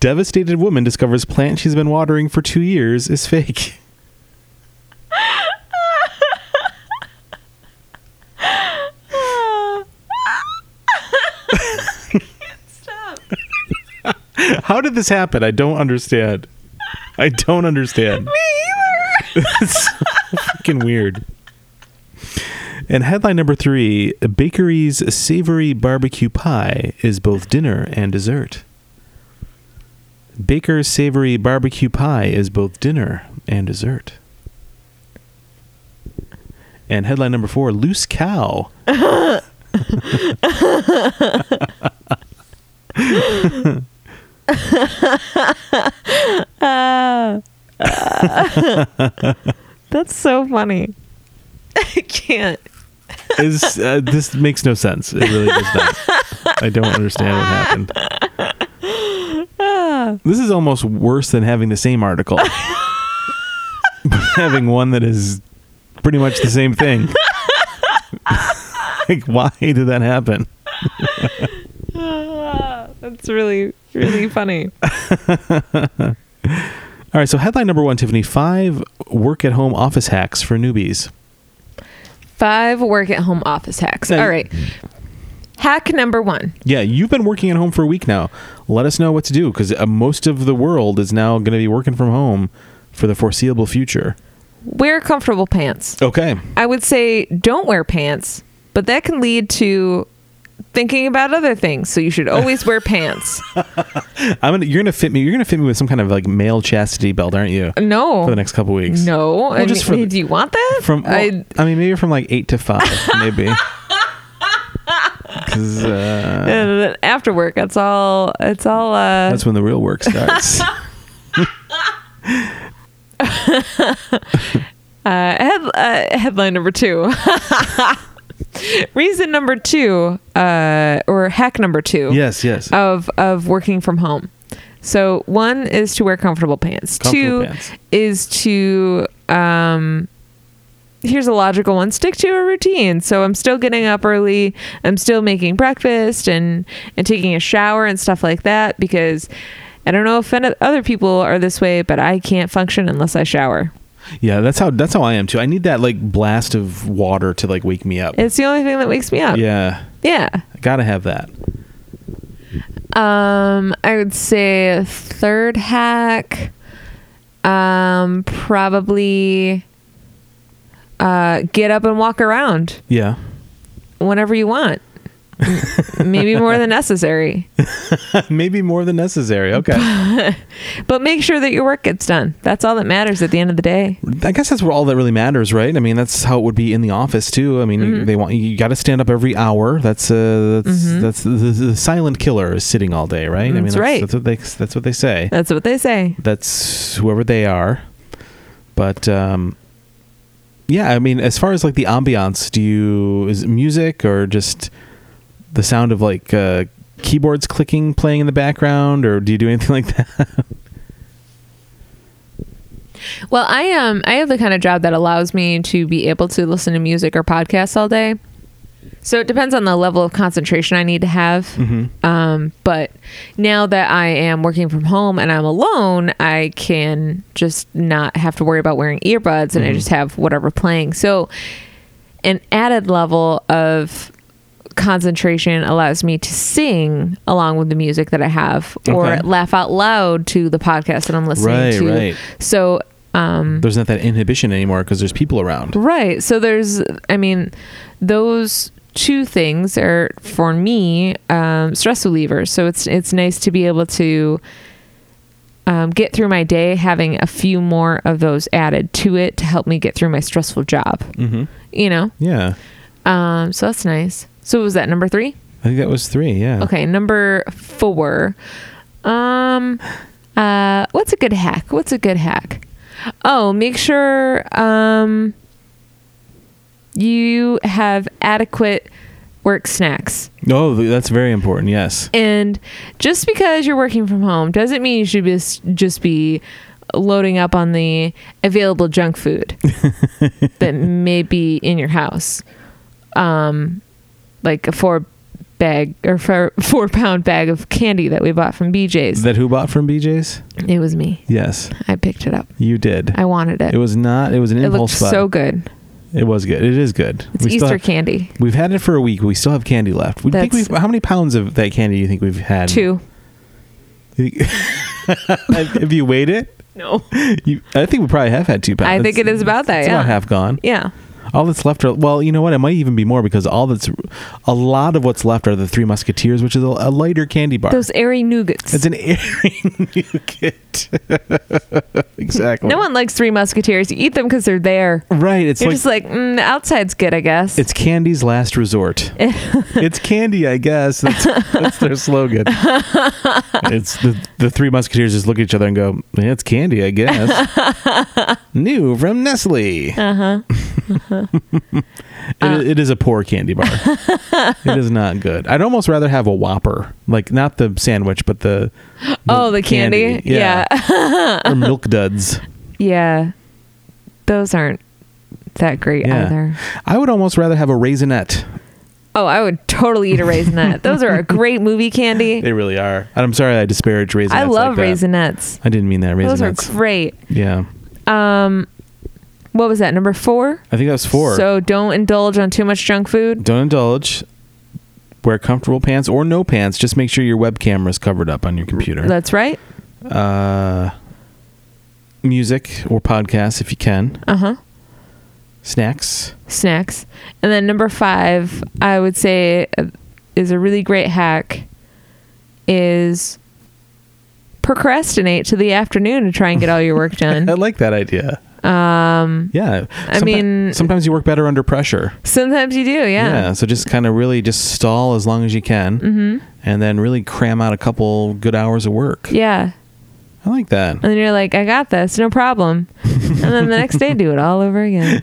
Devastated woman discovers plant she's been watering for two years is fake. How did this happen? I don't understand. I don't understand. Me either. it's so freaking weird. And headline number three Bakery's savory barbecue pie is both dinner and dessert. Baker's savory barbecue pie is both dinner and dessert. And headline number four Loose cow. Uh, That's so funny. I can't. is uh, this makes no sense. It really does not. I don't understand what happened. This is almost worse than having the same article. having one that is pretty much the same thing. like why did that happen? That's really, really funny. All right, so headline number one, Tiffany: five work-at-home office hacks for newbies. Five work at home office hacks. Now- All right. Hack number one. Yeah, you've been working at home for a week now. Let us know what to do because uh, most of the world is now going to be working from home for the foreseeable future. Wear comfortable pants. Okay. I would say don't wear pants, but that can lead to thinking about other things. So you should always wear pants. I'm gonna. You're gonna fit me. You're gonna fit me with some kind of like male chastity belt, aren't you? No. For the next couple weeks. No. I just mean, for the- do you want that? From well, I, I, mean, maybe from like eight to five, maybe. 'Cause, uh, uh, after work, it's all, it's all, uh, that's when the real work starts. Uh, head, uh, headline number two. Reason number two, uh, or hack number two. yes. Yes. Of of working from home. So one is to wear comfortable pants. Comfortable two pants. is to um. Here's a logical one. Stick to a routine. So I'm still getting up early. I'm still making breakfast and and taking a shower and stuff like that because I don't know if any- other people are this way, but I can't function unless I shower. Yeah. That's how. That's how I am too. I need that like blast of water to like wake me up. It's the only thing that wakes me up. yeah. Yeah. I gotta have that. Um, I would say a third hack. Um, probably uh, get up and walk around Yeah. whenever you want. M- Maybe more than necessary, maybe more than necessary. Okay. but make sure that your work gets done. That's all that matters at the end of the day. I guess that's what all that really matters, right? I mean, that's how it would be in the office too. I mean, Mm-hmm. they want you got to stand up every hour. That's uh, that's that's the, the silent killer is sitting all day, right? I mean, That's that's, right. That's what they that's what they say. That's what they say. That's whoever they are. But um, yeah, I mean, as far as like the ambiance, do you is it music or just the sound of like uh, keyboards clicking playing in the background, or do you do anything like that? Mm-hmm. Well, I um I have the kind of job that allows me to be able to listen to music or podcasts all day. So it depends on the level of concentration I need to have. Mm-hmm. Um, but now that I am working from home and I'm alone, I can just not have to worry about wearing earbuds, and Mm-hmm. I just have whatever playing. So an added level of concentration allows me to sing along with the music that I have or Okay. laugh out loud to the podcast that I'm listening Right, to. right. So There's not that inhibition anymore because there's people around. Right. So there's, I mean, those two things are for me um, stress relievers. So it's it's nice to be able to um, get through my day having a few more of those added to it to help me get through my stressful job. Mm-hmm. You know. Yeah. Um, so that's nice. So was that number three? I think that was three. Yeah. Okay, number four. Um, uh, what's a good hack? What's a good hack? Oh, make sure um, you have adequate work snacks. Oh, th- that's very important. Yes. And just because you're working from home doesn't mean you should just just be loading up on the available junk food that may be in your house. Um, like a four bag or four, four pound bag of candy that we bought from BJ's. That who bought from BJ's? it was me. Yes, I picked it up. you did. I wanted it. it was not. It was an It looked impulse buy. so good. It was good. It is good. It's still Easter have- candy. We've had it for a week. We still have candy left. We think That's- we've. How many pounds of that candy do you think we've had? Two. If you weighed it, No. you, I think we probably have had two pounds. I think it is about that, It's yeah. about half gone. Yeah. All that's left are well, you know what? It might even be more because all that's a lot of what's left are the Three Musketeers, which is a, a lighter candy bar. Those airy nougats. It's an airing nougat. exactly. no one likes Three Musketeers. You eat them because they're there. Right. It's You're like, just like, mm, the outside's good, I guess. it's candy's last resort. it's candy, I guess. That's, that's their slogan. it's the the three musketeers just look at each other and go, "Yeah, "It's candy, I guess." New from Nestle. Uh-huh. Uh. it is a poor candy bar. it is not good. I'd almost rather have a Whopper, like not the sandwich, but the Oh, the candy? yeah. or Milk Duds. yeah. Those aren't that great Yeah. either. I would almost rather have a raisinette Oh, I would totally eat a raisinette. Those are a great movie candy. They really are. And I'm sorry I disparage raisinets. I love like that. raisinets. I didn't mean that. Those are Raisinets. great. yeah. Um, what was that? Number four. I think that was four. So don't indulge on too much junk food. Don't indulge. Wear comfortable pants or no pants. Just make sure your web camera is covered up on your computer. That's right. Uh, music or podcasts if you can. Uh huh. Snacks. Snacks. And then number five, I would say, uh, is a really great hack. Is procrastinate to the afternoon to try and get all your work done. I like that idea. Um, yeah. Mm-hmm. I mean- sometimes you work better under pressure. Sometimes you do, yeah. So just kind of really just stall as long as you can, mm-hmm. and then really cram out a couple good hours of work. Yeah. I like that. And then you're like, I got this, no problem. and then the next day, do it all over again.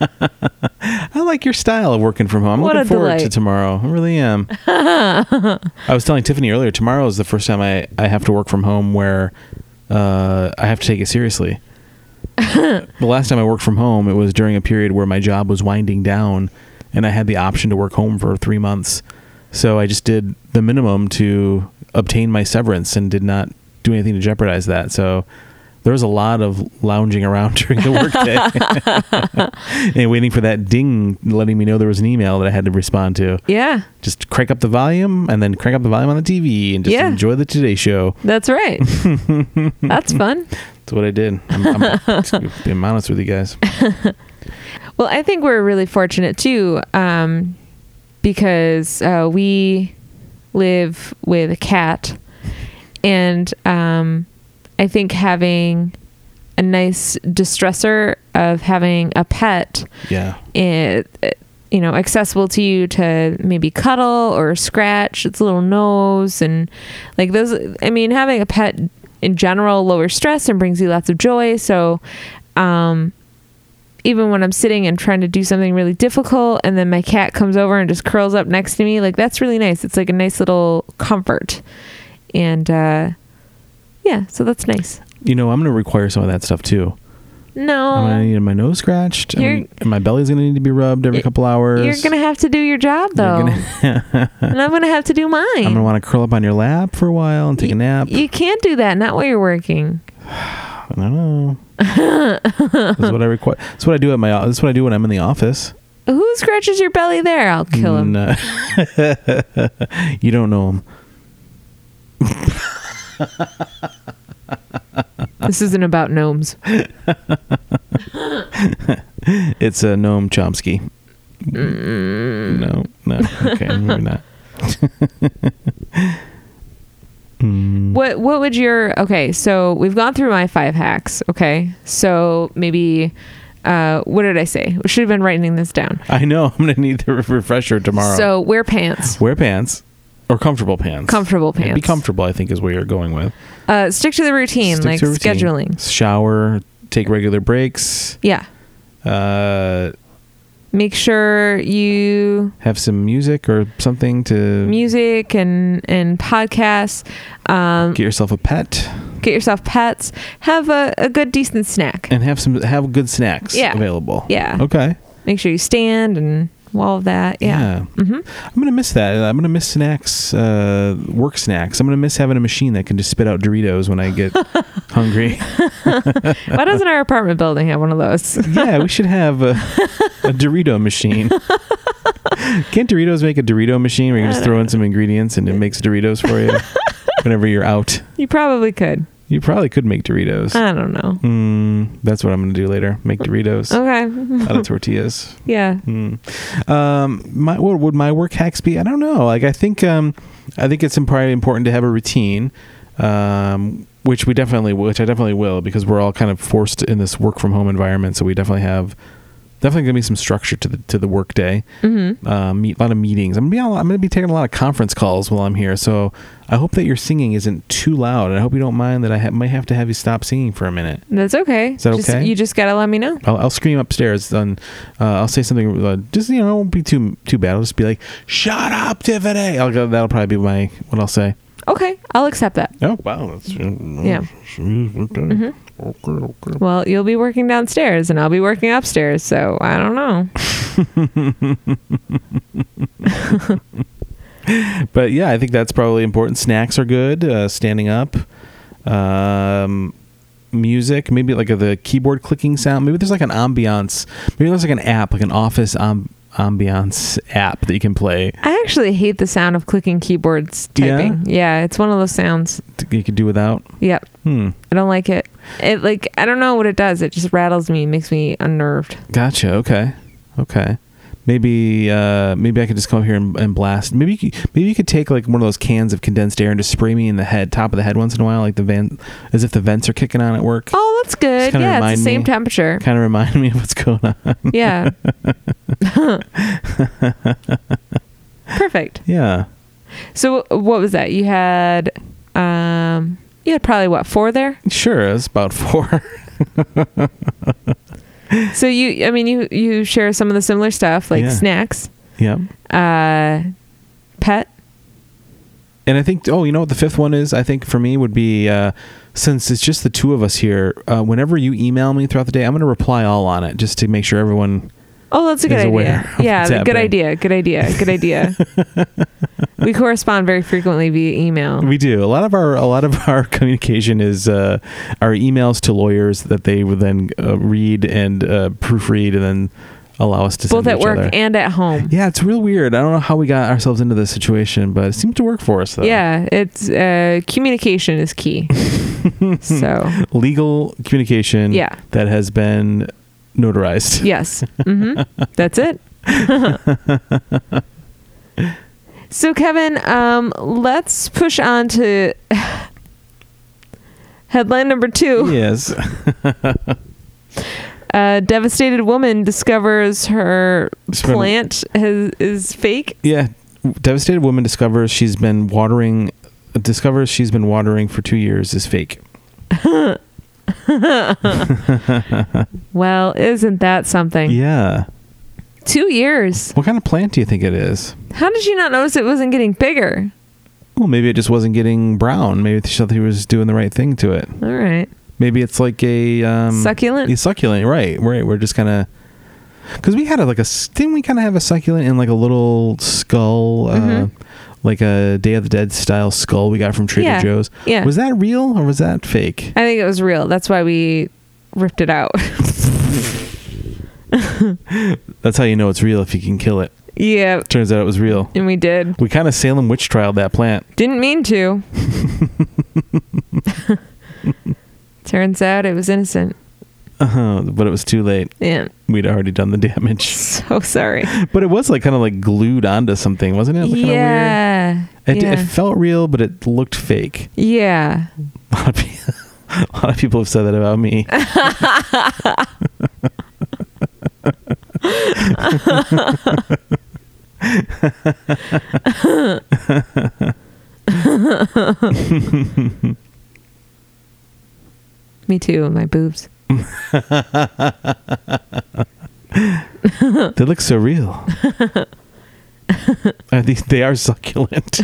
I like your style of working from home. I'm What looking a forward to delight. tomorrow. I really am. I was telling Tiffany earlier, tomorrow is the first time I, I have to work from home where uh, I have to take it seriously. the last time I worked from home, it was during a period where my job was winding down and I had the option to work home for three months. So I just did the minimum to obtain my severance and did not do anything to jeopardize that. So there was a lot of lounging around during the workday and waiting for that ding letting me know there was an email that I had to respond to. Yeah, Just crank up the volume and then crank up the volume on the TV and just Yeah. enjoy the Today Show. that's right. that's fun. That's what I did. I'm, I'm being honest with you guys. Well, I think we're really fortunate too, um, because uh, we live with a cat, and um, I think having a nice distressor of having a pet Yeah. it, it- you know accessible to you to maybe cuddle or scratch its little nose and like those i mean having a pet in general lowers stress and brings you lots of joy so um even when i'm sitting and trying to do something really difficult and then my cat comes over and just curls up next to me like that's really nice it's like a nice little comfort and uh yeah so that's nice You know, I'm going to require some of that stuff too. I'm going to no need my nose scratched. I'm You're- gonna- and my belly's going to need to be rubbed every Y- couple hours. you're gonna have to do your job though and i'm gonna have to do mine I'm gonna want to curl up on your lap for a while and take a Y- nap. You can't do that, not while you're working. I don't know. that's what I require. That's what I do at my. o- That's what I do when I'm in the office. Who scratches your belly there? I'll kill him. No. uh, you don't know him. This isn't about gnomes. It's a Noam Chomsky. Mm. No, no. Okay, maybe not. Mm, What what would your okay, so we've gone through my five hacks, okay? So maybe uh what did I say? We should have been writing this down. I know. I'm gonna need the refresher tomorrow. So wear pants. wear pants or comfortable pants. Comfortable Yeah, Be pants. comfortable. I think is where you're going with. Uh stick to the routine, Stick like to routine. scheduling. Shower. Take regular breaks. Yeah. Uh, Make sure you have some music or something to music and and podcasts. Um get yourself a pet get yourself pets. Have a, a good decent snack. and have some have good snacks Yeah. available. Yeah. Okay. Make sure you stand and all of that. yeah. Mm-hmm. I'm gonna miss that. I'm gonna miss snacks, uh, work snacks. I'm gonna miss having a machine that can just spit out Doritos when I get hungry. Why doesn't our apartment building have one of those? Yeah, we should have a, a Dorito machine. Can't Doritos make a Dorito machine where you can just Uh, throw in some ingredients and it makes Doritos for you whenever you're out? You probably could. You probably could make Doritos. I don't know. Mm, that's what I'm gonna do later. Make Doritos Okay. out of tortillas. Yeah. Mm. Um, my what would my work hacks be? I don't know. Like I think um, I think it's im- probably important to have a routine, um, which we definitely which I definitely will because we're all kind of forced in this work from home environment. So we definitely have definitely gonna be some structure to the to the work day. Mm-hmm. Uh, meet a lot of meetings. I'm gonna be on, I'm gonna be taking a lot of conference calls while I'm here. So I hope that your singing isn't too loud, and I hope you don't mind that I ha- might have to have you stop singing for a minute. That's okay. that Just- okay? You just gotta let me know. I'll, I'll scream upstairs. Then uh, I'll say something. Uh, just you know, it won't be too too bad. I'll just be like, "Shut up, Tiffany." I'll go. That'll probably be my what I'll say. Okay. I'll accept that. Oh wow, that's Yeah. Okay. Mm-hmm. Well, you'll be working downstairs and I'll be working upstairs, so I don't know. But yeah, I think that's probably important. Snacks are good. Uh, standing up, um, music, maybe like the keyboard clicking sound. Maybe there's like an ambiance. Maybe there's like an app, like an office um, ambiance app that you can play. I actually hate the sound of clicking keyboards Yeah? typing. Yeah, it's one of those sounds. that You could do without. Yep. Hmm. I don't like it. It like I don't know what it does. It just rattles me, makes me unnerved. Gotcha. Okay. Okay. Maybe uh, maybe I could just come up here and, and blast. Maybe you could, maybe you could take like one of those cans of condensed air and just spray me in the head, top of the head once in a while, like the van, as if the vents are kicking on at work. Oh, that's good. kinda Yeah, it's remind the me- same temperature. Kind of remind me of what's going on. Yeah. Perfect. Yeah. So wh- what was that? You had um you had probably what, four there? Sure. It's about four. So you I mean you you share some of the similar stuff like Yeah. snacks, yep. uh pet. And I think, oh, you know what the fifth one is? I think for me would be uh, since it's just the two of us here, uh, whenever you email me throughout the day, I'm going to reply all on it just to make sure everyone. Oh, that's a good Is aware idea. of Yeah, what's good happening. idea. Good idea. Good idea. we correspond very frequently via email. We do. A lot of our a lot of our communication is uh, our emails to lawyers that they would then uh, read and uh, proofread and then allow us to send both to at each work other. and at home. yeah, it's real weird. I don't know how we got ourselves into this situation, but it seemed to work for us though. Yeah, it's uh, communication is key. so legal communication. Yeah. that has been notarized. yes, hmm that's it. so Kevin, um, let's push on to headline number two. Yes. A devastated woman discovers her It's been- plant has, is fake. Yeah, devastated woman discovers she's been watering. Discovers she's been watering for two years is fake. Well, isn't that something? Yeah. Two years. What kind of plant do you think it is? How did she not notice it wasn't getting bigger? Well, maybe it just wasn't getting brown. Maybe she thought he was doing the right thing to it. All right. Maybe it's like a um, Succulent? Yeah, succulent, right? Right. We're just kind of because we had a, like a s- didn't we kind of have a succulent and like a little skull, Mhm. uh, like a Day of the Dead style skull we got from Trader Yeah. Joe's. Yeah. Was that real or was that fake? I think it was real. That's why we ripped it out. That's how you know it's real if you can kill it. yeah, Turns out it was real. and we did. We kind of Salem witch trialed that plant. Didn't mean to. Turns out it was innocent. Uh-huh, but it was too late. Yeah. We'd already done the damage. So sorry. But it was like kind of like glued onto something, wasn't it? It looked kinda weird. yeah. It, yeah. it felt real, but it looked fake. yeah. A lot of people, a lot of people have said that about me. Me too. My boobs. Oh. they look so real. I think they are succulent.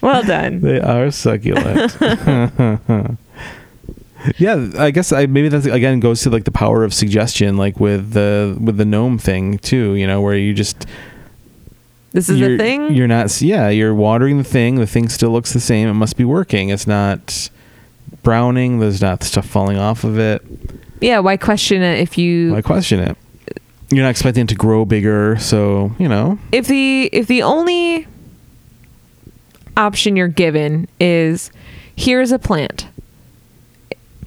Well done. They are succulent. yeah, I guess I maybe that's again goes to like the power of suggestion, like with the with the gnome thing too. You know, where you just This is you're, the thing. You're not. Yeah, you're watering the thing. The thing still looks the same. It must be working. It's not browning. There's not stuff falling off of it. yeah. Why question it if you I question it. You're not expecting it to grow bigger, so you know. if the if the only option you're given is here's a plant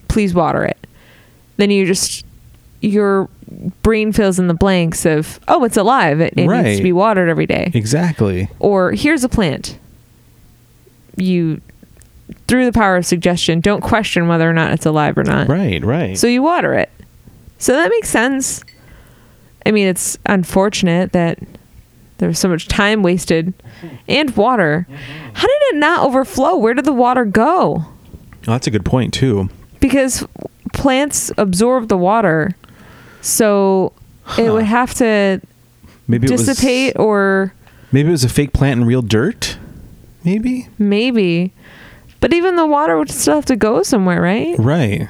please water it then you just your brain fills in the blanks of oh it's alive it, it needs Right. to be watered every day Exactly. or here's a plant you through the power of suggestion don't question whether or not it's alive or not Right. Right. so you water it. So that makes sense. I mean, it's unfortunate that there was so much time wasted and water. How did it not overflow? Where did the water go? Oh, that's a good point too. Because plants absorb the water. So it Huh. would have to Maybe dissipate It was, or maybe it was a fake plant in real dirt. Maybe maybe But even the water would still have to go somewhere, right? Right.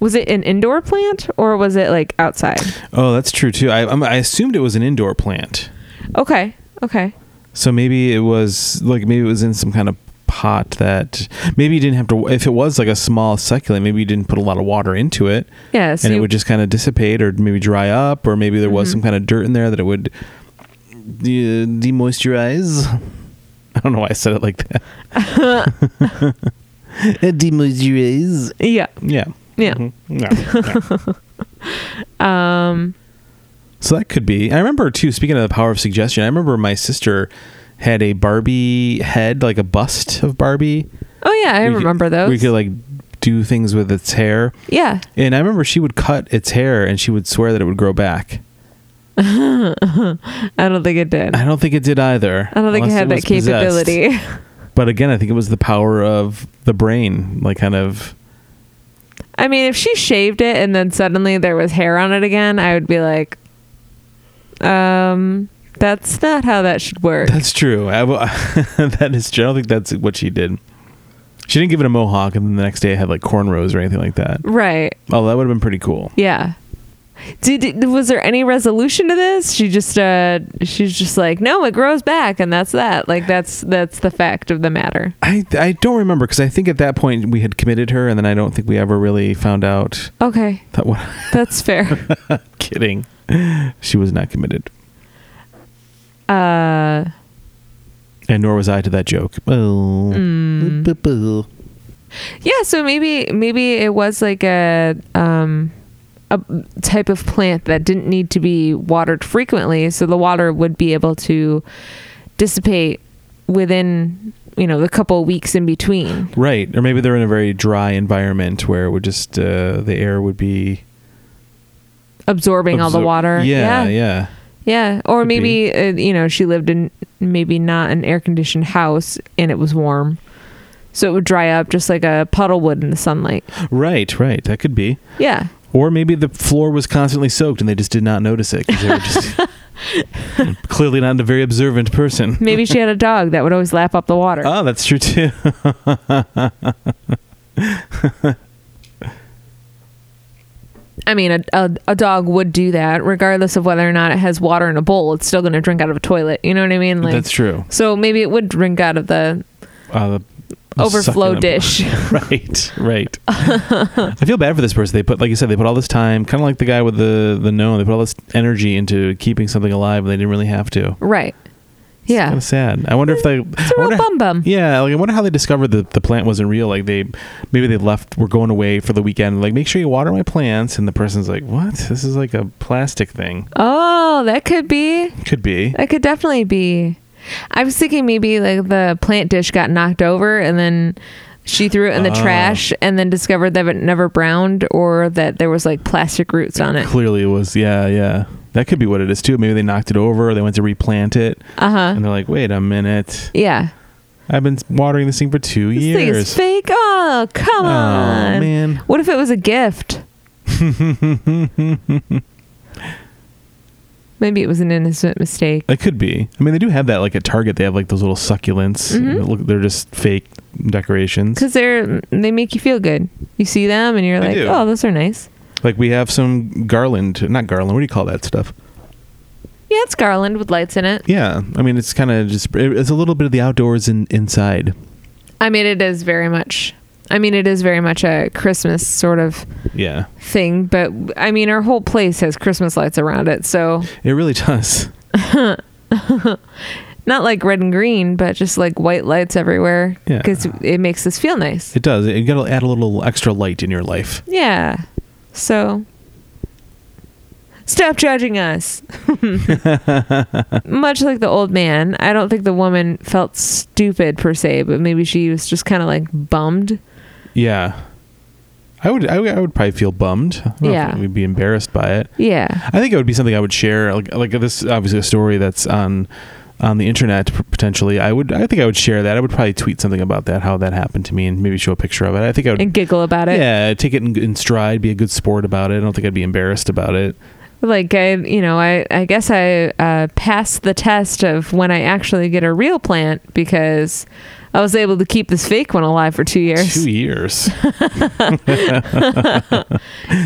Was it an indoor plant or was it like outside? Oh, that's true too. I, I'm- I assumed it was an indoor plant, Okay. Okay. so maybe it was like maybe it was in some kind of pot that maybe you didn't have to. If it was like a small succulent, maybe you didn't put a lot of water into it, Yeah. So Mm-hmm. and it you- would just kind of dissipate or maybe dry up, or maybe there was some kind of dirt in there that it would de- demoisturize. I don't know why I said it like that. It demoisturize. yeah. Yeah. Yeah. Mhm. Yeah. Um, So that could be. I remember too. Speaking of the power of suggestion, I remember my sister had a Barbie head, like a bust of Barbie. oh, yeah. I We could- remember those. We could like do things with its hair, yeah. and I remember she would cut its hair, and she would swear that it would grow back. I don't think it did. I don't think it did either. I don't think it unless had that was possessed. capability. But again, I think it was the power of the brain, like kind of. I mean, if she shaved it and then suddenly there was hair on it again, I would be like, um, that's not how that should work. That's true. I, w- that is true. I don't think that's what she did. She didn't give it a mohawk, and then the next day it had like cornrows or anything like that. right. Oh, that would have been pretty cool. Yeah. Did was there any resolution to this? She just uh she's just like, "No, it grows back and that's that." Like that's that's the fact of the matter. I I don't remember because I think at that point we had committed her, and then I don't think we ever really found out. Okay, That what? that's fair. kidding. She was not committed, uh and nor was I to that joke. Oh. Mm. Boo-boo. yeah, so maybe maybe it was like a um a type of plant that didn't need to be watered frequently, so the water would be able to dissipate within, you know, the couple weeks in between. Right, or maybe they're in a very dry environment where it would just uh, the air would be Absorbing all the absor- water. Yeah, yeah. Yeah, or Could maybe uh, you know she lived in maybe not an air conditioned house and it was warm, so it would dry up just like a puddle would in the sunlight. Right, right. That could be. Yeah, Or maybe the floor was constantly soaked and they just did not notice it 'cause they were just clearly not a very observant person. maybe she had a dog that would always lap up the water. Oh, that's true too. I mean, a, a a dog would do that regardless of whether or not it has water in a bowl. It's still going to drink out of a toilet. You know what I mean? Like that's true. so maybe it would drink out of the Uh, the- the overflow succulent- dish. right, right. I feel bad for this person. They put, like you said, they put all this time, kind of like the guy with the the gnome. They put all this energy into keeping something alive, and they didn't really have to. right. Kind Yeah. of sad. I wonder if they. It's a I real wonder- bum bum. Yeah, like I wonder how they discovered that the plant wasn't real. Like they, maybe they left. We're going away for the weekend. Like make sure you water my plants. And the person's like, "What? This is like a plastic thing." Oh, that could be. Could be. That could definitely be. I was thinking maybe like the plant dish got knocked over and then she threw it in the Oh. trash and then discovered that it never browned or that there was like plastic roots on it. Clearly, it was. Yeah, yeah. That could be what it is too. Maybe they knocked it over. Or they went to replant it, Uh huh. and they're like, "Wait a minute! Yeah. I've been watering this thing for two This thing years." is fake. Oh, come Aw, on. man. What if it was a gift? Maybe it was an innocent mistake. It could be. I mean, they do have that like at Target. They have like those little succulents. Mhm. And Look, they're just fake decorations. Because they're they make you feel good. You see them and you're They like, do. oh, those are nice. Like we have some garland, not garland. What do you call that stuff? Yeah, it's garland with lights in it. Yeah, I mean, it's kind of just it- it's a little bit of the outdoors in, inside. I mean, it is very much. I mean, it is very much a Christmas sort of Yeah, thing, but I mean, our whole place has Christmas lights around it, so it really does. not like red and green, but just like white lights everywhere Yeah. because it makes us feel nice. It does. You got to add a little extra light in your life. Yeah. So stop judging us. Much like the old man, I don't think the woman felt stupid per se, but maybe she was just kind of like bummed. Yeah, I would. I would, I would probably feel bummed. I don't know if Yeah. we'd be embarrassed by it. Yeah. I think it would be something I would share. Like, like this, is obviously, a story that's on on the internet p- potentially. I would. I think I would share that. I would probably tweet something about that, how that happened to me, and maybe show a picture of it. I think I would. And giggle about it. yeah, take it in, in stride. Be a good sport about it. I don't think I'd be embarrassed about it. like i you know i i guess i uh passed the test of when i actually get a real plant because I was able to keep this fake one alive for two years. Two years.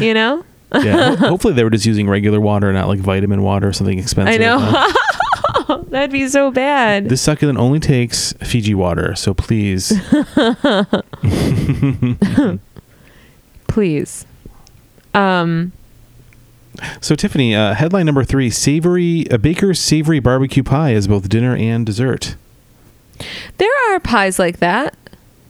You know, yeah. Ho- Hopefully they were just using regular water, not like vitamin water or something expensive. I know. Uh, that'd be so bad. This succulent only takes Fiji water, so please. Please. Um. So Tiffany, uh, headline number three: Savory a baker's savory barbecue pie is both dinner and dessert. There are pies like that.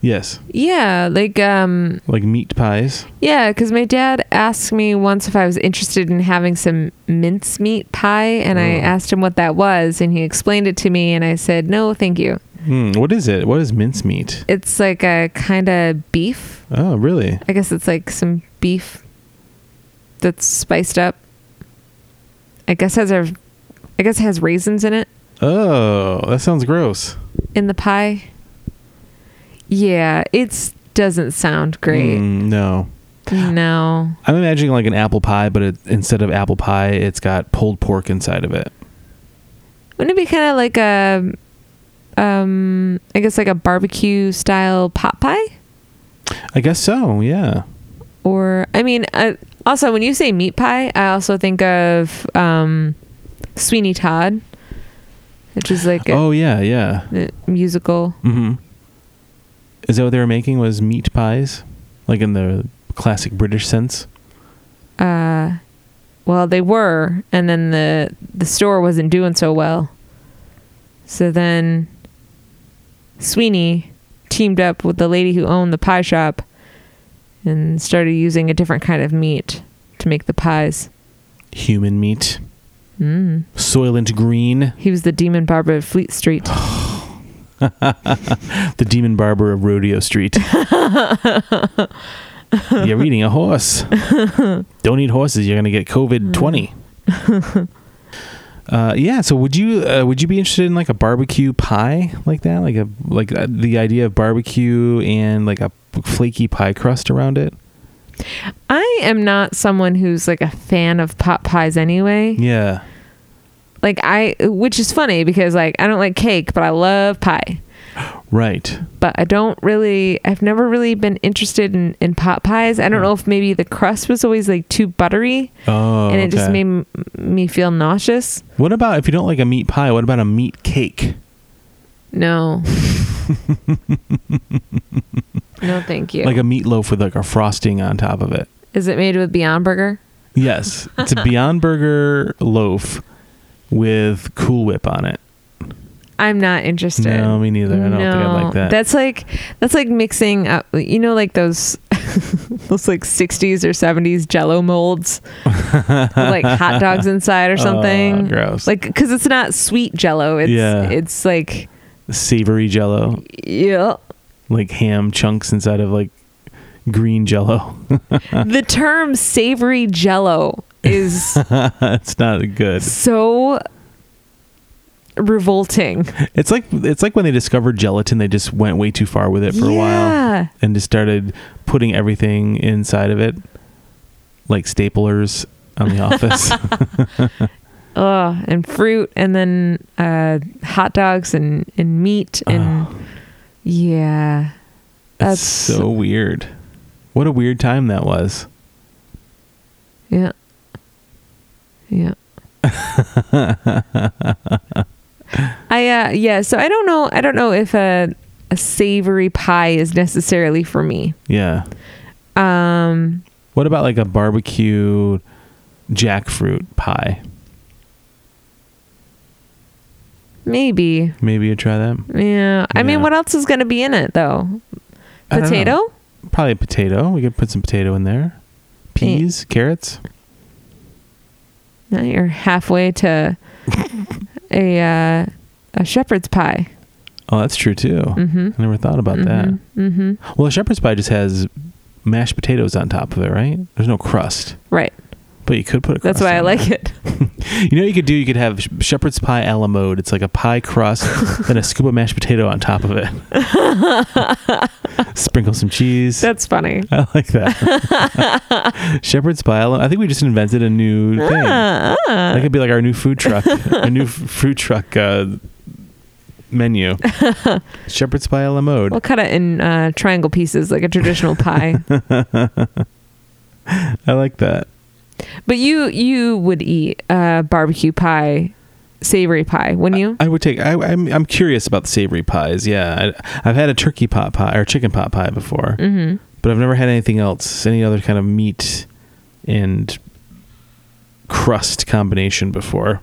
Yes, Yeah, like um like meat pies. yeah, cuz my dad asked me once if I was interested in having some mincemeat pie and I Mm. asked him what that was and he explained it to me and I said, "No, thank you." Hmm, what is it? What is mincemeat? It's like a kind of beef. Oh, really? I guess it's like some beef that's spiced up. I guess has a I guess it has raisins in it Oh, that sounds gross. in the pie. Yeah, it's doesn't sound great. Mm, no, No. I'm imagining like an apple pie, but it, instead of apple pie, it's got pulled pork inside of it. Wouldn't it be kind of like a, um, I guess like a barbecue style pot pie? I guess so. Yeah. Or I mean, uh, also when you say meat pie, I also think of um, Sweeney Todd, which is like a Oh, yeah, yeah. a musical. Mm-hmm. Is that what they were making? Was meat pies, like in the classic British sense? Uh, well, they were, and then the the store wasn't doing so well, so then Sweeney teamed up with the lady who owned the pie shop and started using a different kind of meat to make the pies. Human meat, Mm. soylent green, He was the demon barber of Fleet Street. the demon barber of Rodeo Street. you're eating a horse. Don't eat horses. You're gonna get COVID twenty. Uh, yeah. So would you uh, would you be interested in like a barbecue pie like that? Like a like uh, the idea of barbecue and like a flaky pie crust around it. I am not someone who's like a fan of pot pies anyway. Yeah. Like I, which is funny because like I don't like cake, but I love pie. Right. but I don't really I've never really been interested in in pot pies. Hmm. I don't know if maybe the crust was always like too buttery Oh. and it just okay. made m- me feel nauseous. What about if you don't like a meat pie? What about a meat cake? No. no, thank you. Like a meatloaf with like a frosting on top of it. Is it made with Beyond Burger? Yes, it's a Beyond Burger loaf with Cool Whip on it. I'm not interested. No, me neither. I don't think I'd like No. that. That's like that's like mixing up you know like those those like 60s or 70s jello molds with like hot dogs inside or something. Oh, gross. like because it's not sweet jello it's Yeah. it's like savory jello, yeah like ham chunks inside of like green jello. the term savory jello is it's not good. so revolting It's like it's like when they discovered gelatin, they just went way too far with it for a Yeah. while and just started putting everything inside of it like staplers on the office. Ugh, and fruit and then uh hot dogs and and meat and yeah That's- That's so weird. What a weird time that was. yeah yeah I uh yeah so I don't know I don't know if a a savory pie is necessarily for me Yeah. um What about like a barbecue jackfruit pie? maybe Maybe you try that. Yeah. I mean, Yeah. what else is going to be in it, though? I don't Potato? know. Probably a potato. We could put some potato in there. Peas, carrots. Now you're halfway to a uh, a shepherd's pie. Oh, that's true too. Mhm. I never thought about Mhm, mhm. that. Well, a shepherd's pie just has mashed potatoes on top of it, right? There's no crust, Right. but you could put a crust. That's why I on like there. it. You know, what you could do. You could have sh- shepherd's pie a la mode. It's like a pie crust and a scoop of mashed potato on top of it. Sprinkle some cheese. That's funny. I like that. Shepherd's pie. I lo- I think we just invented a new thing. Ah, ah. That could be like our new food truck, a new f- food truck uh, menu. Shepherd's pie a la mode. We'll cut it in uh, triangle pieces like a traditional pie. I like that. But you you would eat uh, barbecue pie, savory pie, wouldn't you? I would take. I, I'm I'm curious about the savory pies. Yeah, I, I've had a turkey pot pie or chicken pot pie before, mm-hmm. but I've never had anything else, any other kind of meat and crust combination before.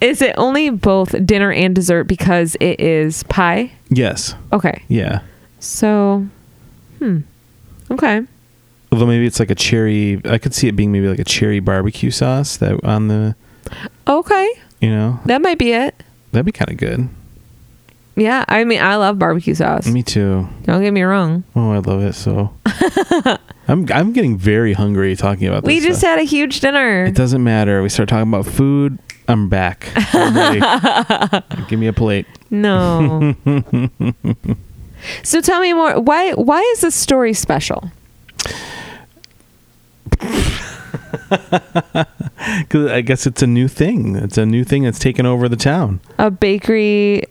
Is it only both dinner and dessert because it is pie? Yes. Okay, Yeah. so, hmm, okay, Although maybe it's like a cherry. I could see it being maybe like a cherry barbecue sauce that on the. okay, You know that might be it. that'd be kind of good. Yeah, I mean, I love barbecue sauce. Me too. Don't get me wrong. Oh, I love it so. I'm I'm getting very hungry talking about this. We just stuff. had a huge dinner. it doesn't matter. We start talking about food. I'm back. I'm ready. Give me a plate. No. so tell me more. Why why is this story special? Cause I guess it's a new thing. It's a new thing that's taken over the town. A bakery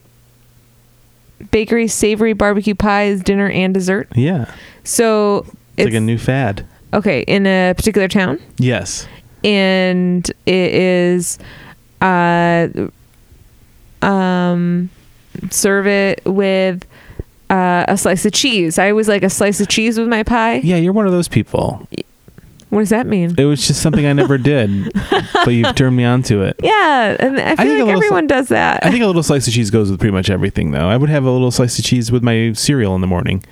bakery savory barbecue pie is dinner and dessert. Yeah, So it's, it's, like a new fad. okay in a particular town, Yes, and it is uh um serve it with uh, a slice of cheese. I always like a slice of cheese with my pie. yeah, you're one of those people. What does that mean? It was just something I never did, but you've turned me on to it. Yeah, and I feel think a like little sli- everyone does that. I think a little slice of cheese goes with pretty much everything, though. I would have a little slice of cheese with my cereal in the morning.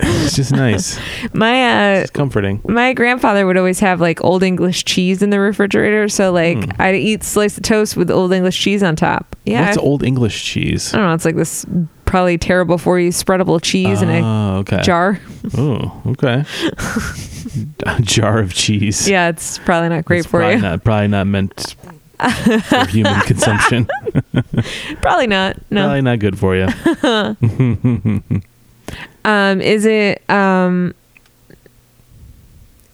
it's just nice. my uh, It's comforting. my grandfather would always have like old English cheese in the refrigerator, so like Hmm. I'd eat slice of toast with old English cheese on top. Yeah, What's I, old English cheese? I don't know. It's like this probably terrible for you spreadable cheese in a oh, okay. jar. Oh, okay. a jar of cheese. Yeah, it's probably not great It's for probably you. Not, probably not meant for human consumption. probably not. No. Probably not good for you. Um, is it um,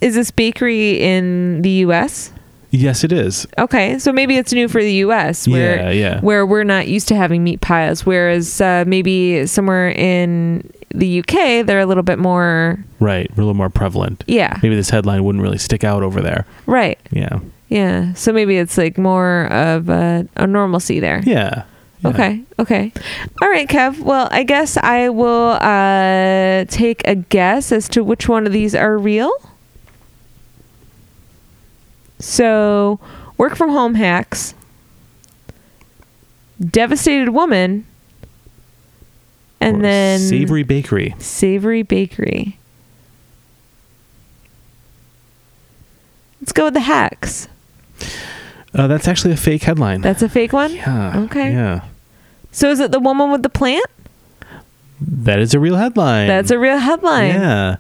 is this bakery in the U.S.? Yes, it is. Okay, so maybe it's new for the U.S. where Yeah, yeah. where we're not used to having meat pies, whereas uh, maybe somewhere in the U.K. they're a little bit more. Right. We're a little more prevalent. Yeah, Maybe this headline wouldn't really stick out over there. right. Yeah. Yeah, so maybe it's like more of a, a normalcy there. Yeah. Yeah. Okay. Okay. All right, Kev. Well, I guess I will uh, take a guess as to which one of these are real. So, work from home hacks, devastated woman, and Or then Savory Bakery. savory bakery. Let's go with the hacks. Uh, that's actually a fake headline. That's a fake one. yeah. Okay. Yeah. So, is it the woman with the plant? That is a real headline. That's a real headline. Yeah.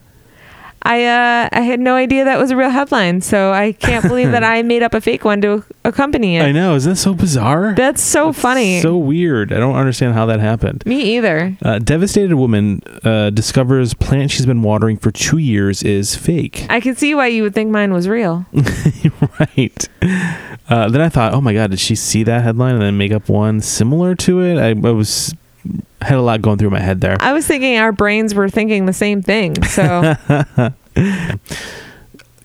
I uh, I had no idea that was a real headline, so I can't believe that I made up a fake one to accompany it. I know. Isn't that so bizarre? That's so funny. So weird. I don't understand how that happened. Me either. Uh, devastated woman uh, discovers plant she's been watering for two years is fake. I can see why you would think mine was real. right. Uh, then I thought, oh my god, did she see that headline and then make up one similar to it? I, I was had a lot going through my head there. I was thinking our brains were thinking the same thing. So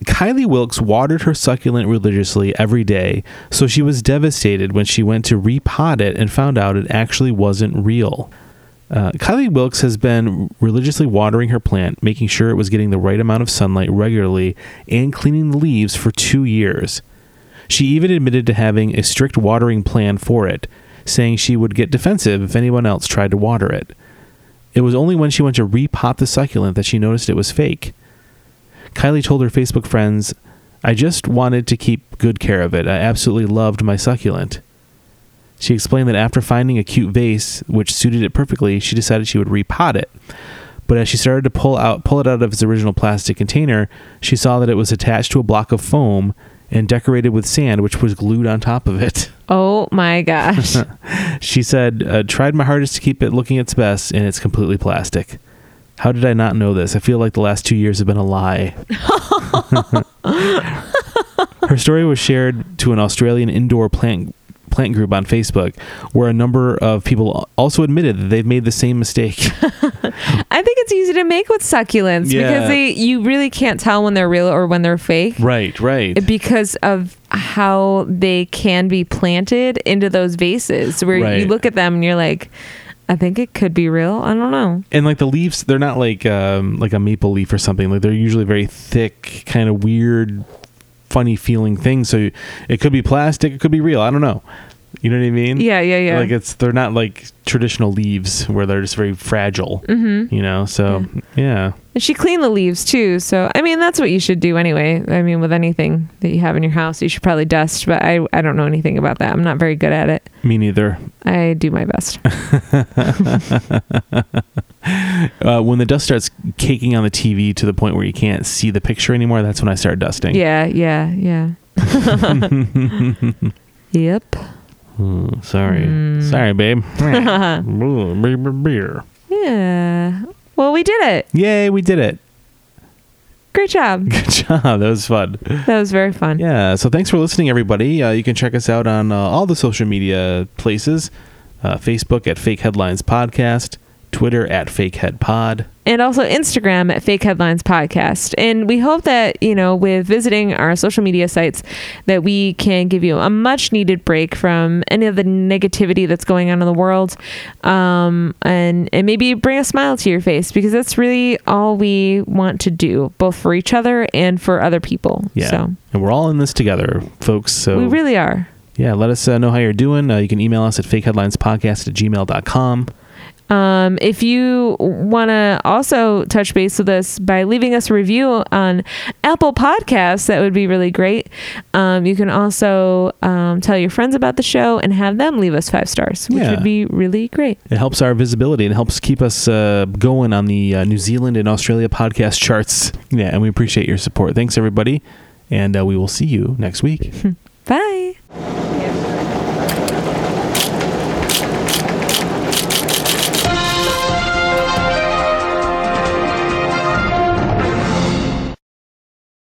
Kylie Wilkes watered her succulent religiously every day, so she was devastated when she went to repot it and found out it actually wasn't real. Uh, Kylie Wilkes has been religiously watering her plant, making sure it was getting the right amount of sunlight regularly, and cleaning the leaves for two years. She even admitted to having a strict watering plan for it, saying she would get defensive if anyone else tried to water it. It was only when she went to repot the succulent that she noticed it was fake. Kylie told her Facebook friends, I just wanted to keep good care of it. I absolutely loved my succulent. She explained that after finding a cute vase which suited it perfectly, she decided she would repot it. But as she started to pull out pull it out of its original plastic container, she saw that it was attached to a block of foam and decorated with sand which was glued on top of it. oh my gosh. She said, uh, "Tried my hardest to keep it looking its best and it's completely plastic." How did I not know this? I feel like the last two years have been a lie. Her story was shared to an Australian indoor plant plant group on Facebook, where a number of people also admitted that they've made the same mistake. I think it's easy to make with succulents Yeah. because they you really can't tell when they're real or when they're fake right, right. because of how they can be planted into those vases where you Right. look at them and you're like I think it could be real. I don't know. and like the leaves they're not like um like a maple leaf or something like they're usually very thick kind of weird funny feeling things so it could be plastic it could be real i don't know you know what i mean Yeah, yeah, yeah. like it's they're not like traditional leaves where they're just very fragile mm-hmm. you know so yeah And she cleaned the leaves too. So, I mean, that's what you should do anyway. I mean, with anything that you have in your house, you should probably dust, but I, I don't know anything about that. I'm not very good at it. me neither I do my best. uh, when the dust starts caking on the tv to the point where you can't see the picture anymore that's when i start dusting yeah, yeah, yeah. yep. Mm, sorry Mm. sorry babe Mm, baby beer Yeah. Well, we did it. yay we did it Great job. good job that was fun That was very fun. Yeah. So thanks for listening, everybody. Uh, you can check us out on uh, all the social media places uh, Facebook at Fake Headlines Podcast, Twitter at Fake Head Pod. and also Instagram at Fake Headlines Podcast. And we hope that, you know, with visiting our social media sites, that we can give you a much needed break from any of the negativity that's going on in the world um, and, and maybe bring a smile to your face because that's really all we want to do, both for each other and for other people. Yeah. So And we're all in this together, folks. So we really are. yeah, let us uh, know how you're doing. Uh, you can email us at fakeheadlinespodcast at gmail.com. Um, if you want to also touch base with us by leaving us a review on Apple Podcasts, that would be really great. Um, you can also um, tell your friends about the show and have them leave us five stars, which Yeah. would be really great. It helps our visibility and helps keep us uh, going on the uh, New Zealand and Australia podcast charts. Yeah, and we appreciate your support. Thanks, everybody. And uh, we will see you next week. Bye.